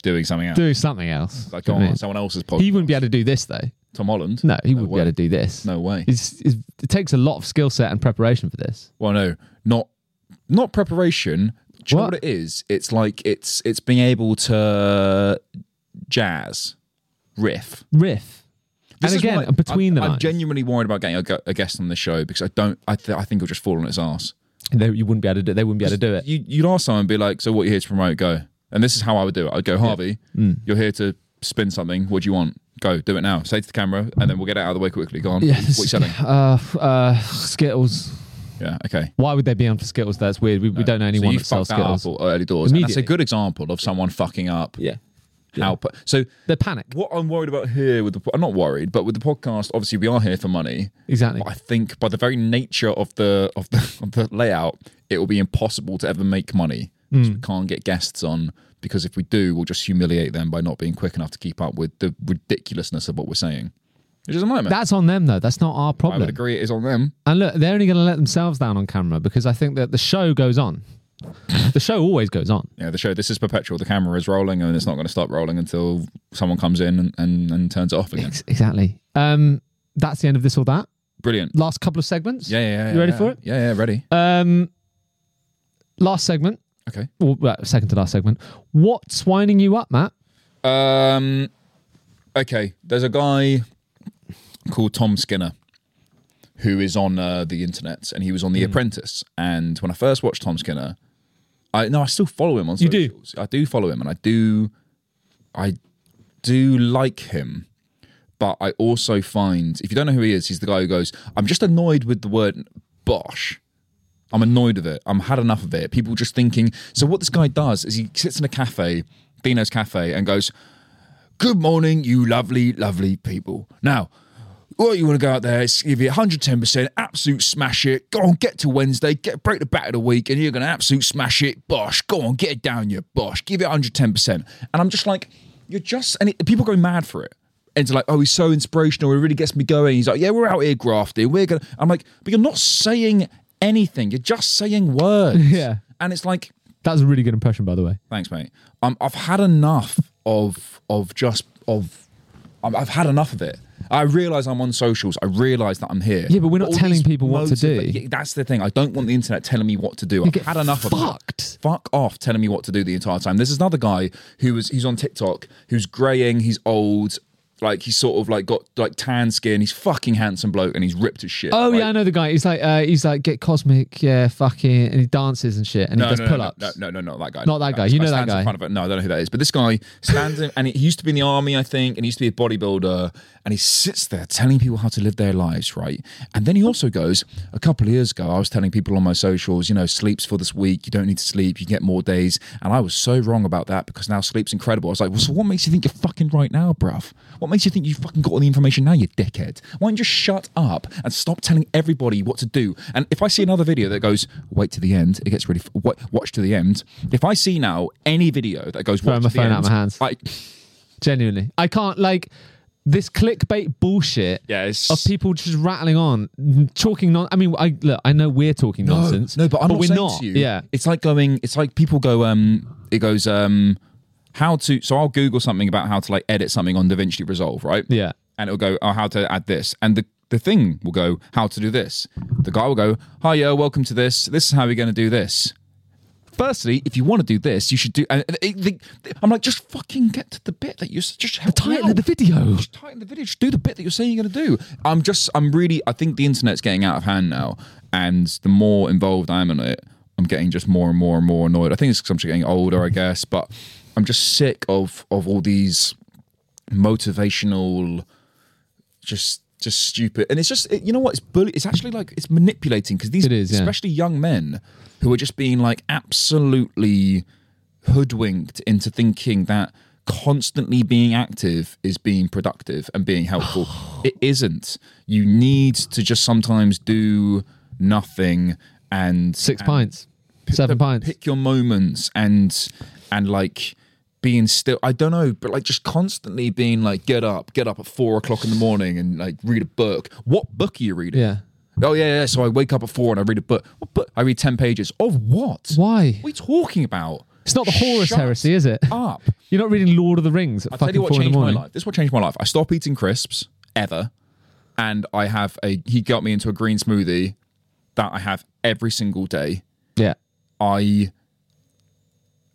doing something else. do something else. like Do you know on what someone else's I mean? podcast. he wouldn't be able to do this though. Tom Holland. No, he wouldn't way. be able to do this. No way. It's, it's, it takes a lot of skill set and preparation for this. Well, no, not not preparation. Do you know What? what it is? It's like it's it's being able to jazz, riff. Riff. This and is again, why between I'm, the I'm lines, genuinely worried about getting a, gu- a guest on the show because I don't. I, th- I think it'll just fall on its ass. they, you wouldn't be able to do. They wouldn't be able to do it. You, you'd ask someone and be like, "So what you here to promote? Go." And this is how I would do it. I'd go, "Harvey, Mm. you're here to spin something. What do you want? Go, do it now. Say it to the camera, and then we'll get it out of the way quickly. Go on. What are you selling? Uh, f- uh, Skittles. Yeah. Okay. Why would they be on for Skittles? That's weird. We, we don't know anyone so you that sells fucked that Skittles. up or early doors. And that's a Immediately. good example of someone fucking up. Yeah. How? pu- So They panic. what I'm worried about here with the, po- I'm not worried, but with the podcast, obviously we are here for money. Exactly. But I think by the very nature of the of the, of the layout, it will be impossible to ever make money. Hmm. 'Cause We can't get guests on because if we do, we'll just humiliate them by not being quick enough to keep up with the ridiculousness of what we're saying. Which is a nightmare. That's on them, though. That's not our I would problem. agree it is on them. And look, they're only going to let themselves down on camera because I think that the show goes on. the show always goes on. Yeah, the show this is perpetual. The camera is rolling and it's not going to stop rolling until someone comes in and, and, and turns it off again. Ex- exactly. Um, that's the end of this or that. Brilliant. Last couple of segments. Yeah, yeah, yeah. You ready yeah. for it? Yeah, yeah, ready. Um, last segment. Okay. Well, well, second to last segment. What's winding you up, Matt? Um, okay, there's a guy called Tom Skinner who is on uh, the internet, and he was on Hmm. The Apprentice. And when I first watched Tom Skinner, I no, I still follow him on. You do? socials. I do follow him, and I do, I do like him. But I also find, if you don't know who he is, he's the guy who goes, "I'm just annoyed with the word bosh." I'm annoyed of it. I'm had enough of it. People just thinking. So what this guy does is he sits in a cafe, Dino's cafe, and goes, "Good morning, you lovely, lovely people. Now, what you want to go out there is give you 110 percent, absolute smash it. Go on, get to Wednesday, get break the back of the week, and you're going to absolute smash it. Bosh, go on, get it down, you bosh. Give it 110 percent." And I'm just like, You're just, and it, people go mad for it. And it's like, oh, he's so inspirational. It really gets me going. He's like, yeah, we're out here grafting. We're going to, I'm like, but you're not saying anything. You're just saying words. Yeah. And it's like, That's a really good impression, by the way. Thanks, mate. Um, I've had enough of of just of. um, I've had enough of it. I realise I'm on socials. I realise that I'm here. Yeah, but we're not telling these people what to do. yeah, That's the thing. I don't want the internet telling me what to do. I've get had enough of it. fucked. Fuck off telling me what to do the entire time. This is another guy who was he's on TikTok, who's greying, he's old, like he's sort of like got like tan skin, he's fucking handsome bloke and he's ripped as shit. Oh right? yeah, I know the guy. He's like, uh, he's like, get cosmic, yeah, fucking, and he dances and shit, and No, he does no, no, pull-ups. No, no, no, no, not that guy. Not that guy. You know that stands guy. In front of it. No, I don't know who that is. But this guy stands in, and he he used to be in the army, I think, and he used to be a bodybuilder, and he sits there telling people how to live their lives, right? And then he also goes, a couple of years ago, I was telling people on my socials, you know, sleep's for this week. You don't need to sleep. You get more days. And I was so wrong about that because now sleep's incredible. I was like, well, so what makes you think you're fucking right now, bruv? What makes you think you fucking got all the information now, you dickhead? Why don't you just shut up and stop telling everybody what to do? And if I see another video that goes, wait to the end, it gets really, f- wa- watch to the end. If I see now any video that goes, Throwing watch my to the phone end, out of my hands. I, Genuinely, I can't like this clickbait bullshit. yeah, it's, Of people just rattling on, talking non. I mean, I look. I know we're talking nonsense. No, but I'm not we're saying not. to you. Yeah, it's like going. It's like people go. Um, it goes. Um, how to? So I'll Google something about how to like edit something on DaVinci Resolve, right? yeah. and it'll go, oh, how to add this. And the, the thing will go, how to do this. The guy will go, hi, yo, welcome to this. This is how we're going to do this. Firstly, if you want to do this, you should do. And it- it- I'm like, just fucking get to the bit that you're just help me Title out. of the video. Just tighten the video. Just do the bit that you're saying you're going to do. I'm just, I'm really, I think the internet's getting out of hand now. And the more involved I am in it, I'm getting just more and more and more annoyed. I think it's because I'm just getting older, I guess. But I'm just sick of of all these motivational, just just stupid. And it's just, it- you know what? It's bully. It's actually like it's manipulating because these, It is, yeah. especially young men, who are just being like absolutely hoodwinked into thinking that constantly being active is being productive and being helpful. it isn't. You need to just sometimes do nothing and Six pints, seven pints. pick your moments and and like being still i don't know but like just constantly being like get up get up at four o'clock in the morning and like read a book what book are you reading Yeah. oh yeah yeah so i wake up at four and i read a book what book i read 10 pages of what Why? what are you talking about It's not the Horus Shut heresy, is it? up You're not reading Lord of the Rings at i tell fucking you what four in changed the my morning. life this is what changed my life i stopped eating crisps ever and i have a he got me into a green smoothie that i have every single day Yeah. I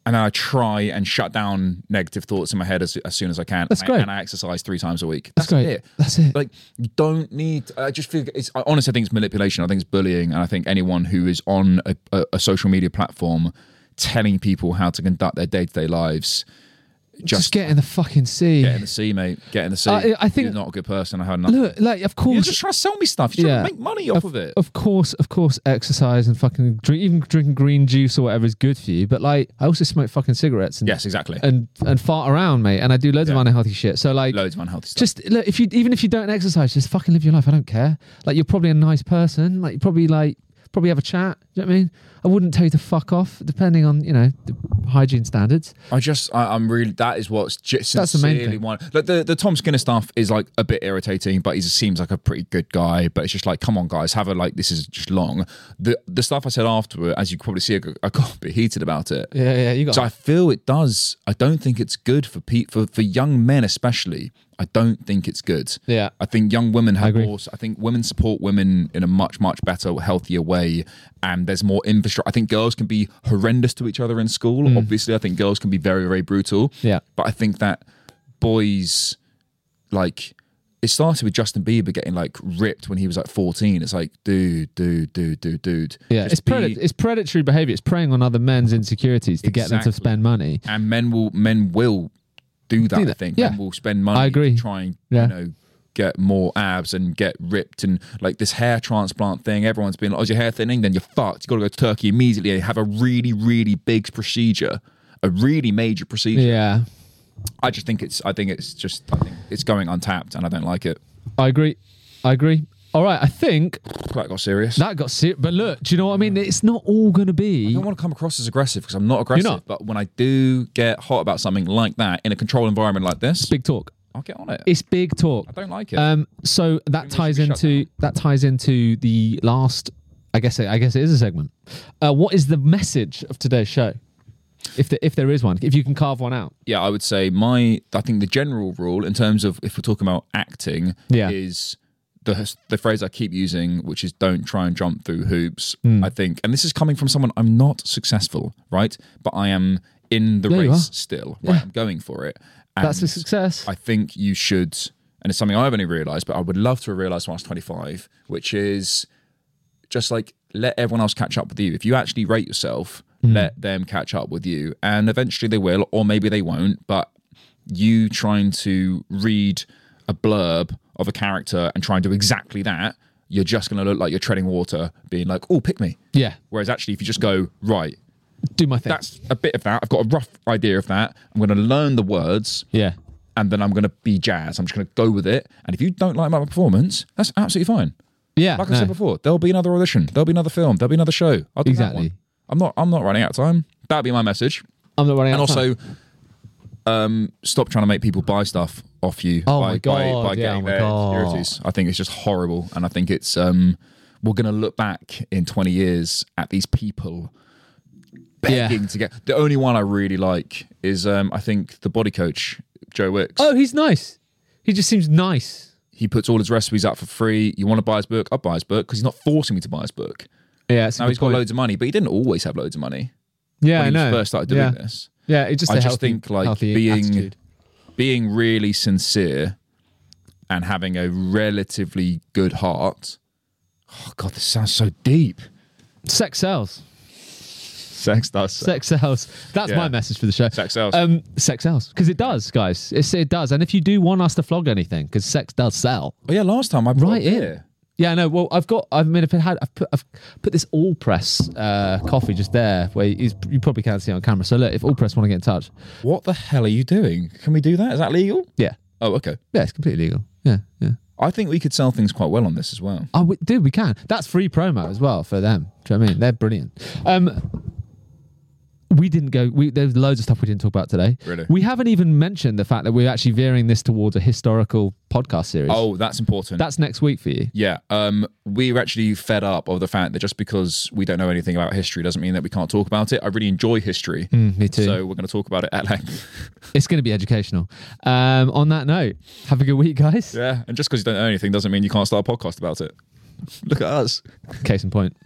and then I try and shut down negative thoughts in my head as, as soon as I can. That's and great. I, and I exercise three times a week. That's great. It. That's it. Like you don't need. I just feel it's. I honestly think it's manipulation. I think it's bullying, and I think anyone who is on a, a, a social media platform telling people how to conduct their day to day lives, Just, just, get in the fucking sea. get in the sea, mate. Get in the sea. I- I think- you're not a good person. I had enough. Look, like of you're course, just trying to sell me stuff. You're Yeah. trying to make money off of it. of course, of course, exercise and fucking drink, even drinking green juice or whatever is good for you. But like, I also smoke fucking cigarettes and yes, exactly. and and fart around, mate. And I do loads Yeah. of unhealthy shit. So like, Loads of unhealthy stuff. just look, if you even if you don't exercise, just fucking live your life. I don't care. Like you're probably a nice person. Like you probably like probably have a chat. Do you know what I mean? I wouldn't tell you to fuck off, depending on you know the hygiene standards. I just, I, I'm really. That is what's just That's the main sincerely thing. one. Like the the Tom Skinner stuff is like a bit irritating, but he seems like a pretty good guy. But it's just like, come on, guys, have a like. This is just long. The the stuff I said afterward, as you can probably see, I got, I got a bit heated about it. Yeah, yeah, you got. So I feel it does. I don't think it's good for pe- for for young men especially. I don't think it's good. Yeah. I think young women have agree. more. I think women support women in a much much better, healthier way, and there's more infrastructure. I think girls can be horrendous to each other in school. Mm. Obviously, I think girls can be very very brutal. Yeah. But I think that boys, like, it started with Justin Bieber getting like ripped when he was like 14. It's like, dude, dude, dude, dude, dude. Yeah, Just it's, be- predat- it's predatory behavior. It's preying on other men's insecurities to get them to Exactly. spend money. and men will men will do that. Do I that, think yeah. men will spend money. I agree. To try and Yeah. you know get more abs and get ripped and like this hair transplant thing. Everyone's been like, "Oh, is your hair thinning? Then you're fucked. You got to go to Turkey immediately and have a really really big procedure, a really major procedure." Yeah, I just think it's I think it's just I think it's going untapped and I don't like it. I agree. I agree. All right, I think That got serious. that got serious. But look, do you know what I mean? It's not all going to I be. don't want to come across as aggressive because I'm not aggressive. not. But when I do get hot about something like that in a controlled environment like this, Big talk. I'll get on it. It's big talk. I don't like it. Um, so that should ties be shut into that ties into the last. I guess I guess it is a segment. Uh, what is the message of today's show? If the, if there is one, if you can carve one out, yeah, I would say my I think the general rule in terms of if we're talking about acting Yeah. is the the phrase I keep using, which is don't try and jump through hoops. Hmm. I think, and this is coming from someone I'm not successful, right? But I am in the Yeah, you race are. still. Right, I'm going for it. And that's a success. I think you should, and it's something I've only realized, but I would love to have realized when I was 25, which is just like let everyone else catch up with you. If you actually rate yourself, let them catch up with you. And eventually they will, or maybe they won't, but you trying to read a blurb of a character and try and do exactly that, you're just going to look like you're treading water, being like, oh, pick me. yeah, Whereas actually, if you just go, right, do my thing. that's a bit of that. I've got a rough idea of that. I'm going to learn the words yeah, and then I'm going to be jazz. I'm just going to go with it. And if you don't like my performance, that's absolutely fine. yeah. Like I no. said before, there'll be another audition, there'll be another film, there'll be another show. I'll do Exactly. That one. I'm not. I'm not running out of time. That'd be my message. I'm not running out And of time. also, um, stop trying to make people buy stuff off you. Oh by, my By, by God, yeah, oh getting my their God. securities. I think it's just horrible, and I think it's um, we're going to look back in 20 years at these people Yeah. begging to get. The only one I really like is um, I think the body coach Joe Wicks oh, he's nice. He just seems nice. he puts all his recipes out for free. You want to buy his book? I'll buy his book because he's not forcing me to buy his book. Yeah, it's a Now good he's got point. loads of money, but he didn't always have loads of money Yeah, when I he know. first started doing yeah. this. Yeah, it's just I a just healthy, think, like, healthy being- attitude. Being really sincere and having a relatively good heart. Oh God, this sounds so deep. sex sells. Sex does. Sex sells. That's Yeah. my message for the show. Sex sells. Um, sex sells because it does, guys. It's, it does. And if you do want us to flog anything, because sex does sell. Oh yeah, last time I brought Right beer. in. Yeah, no. Well, I've got. I mean, if it had, I've put, I've put this all press uh, coffee just there, where you, you probably can't see it on camera. So look, if all press want to get in touch, What the hell are you doing? Can we do that? Is that legal? yeah, Oh okay. yeah, it's completely legal. Yeah, yeah. I think we could sell things quite well on this as well. Oh, we, dude, we can. That's free promo as well for them. Do you know what I mean? They're brilliant. Um, we didn't go. We, there's loads of stuff we didn't talk about today. Really? We haven't even mentioned the fact that we're actually veering this towards a historical podcast series. Oh, that's important. that's next week for you. Yeah, um, we're actually fed up of the fact that just because we don't know anything about history doesn't mean that we can't talk about it. I really enjoy history, Me too. so we're going to talk about it at length. it's going to be educational. Um, on that note, have a good week, guys. yeah, and just because you don't know anything doesn't mean you can't start a podcast about it. Look at us. Case in point.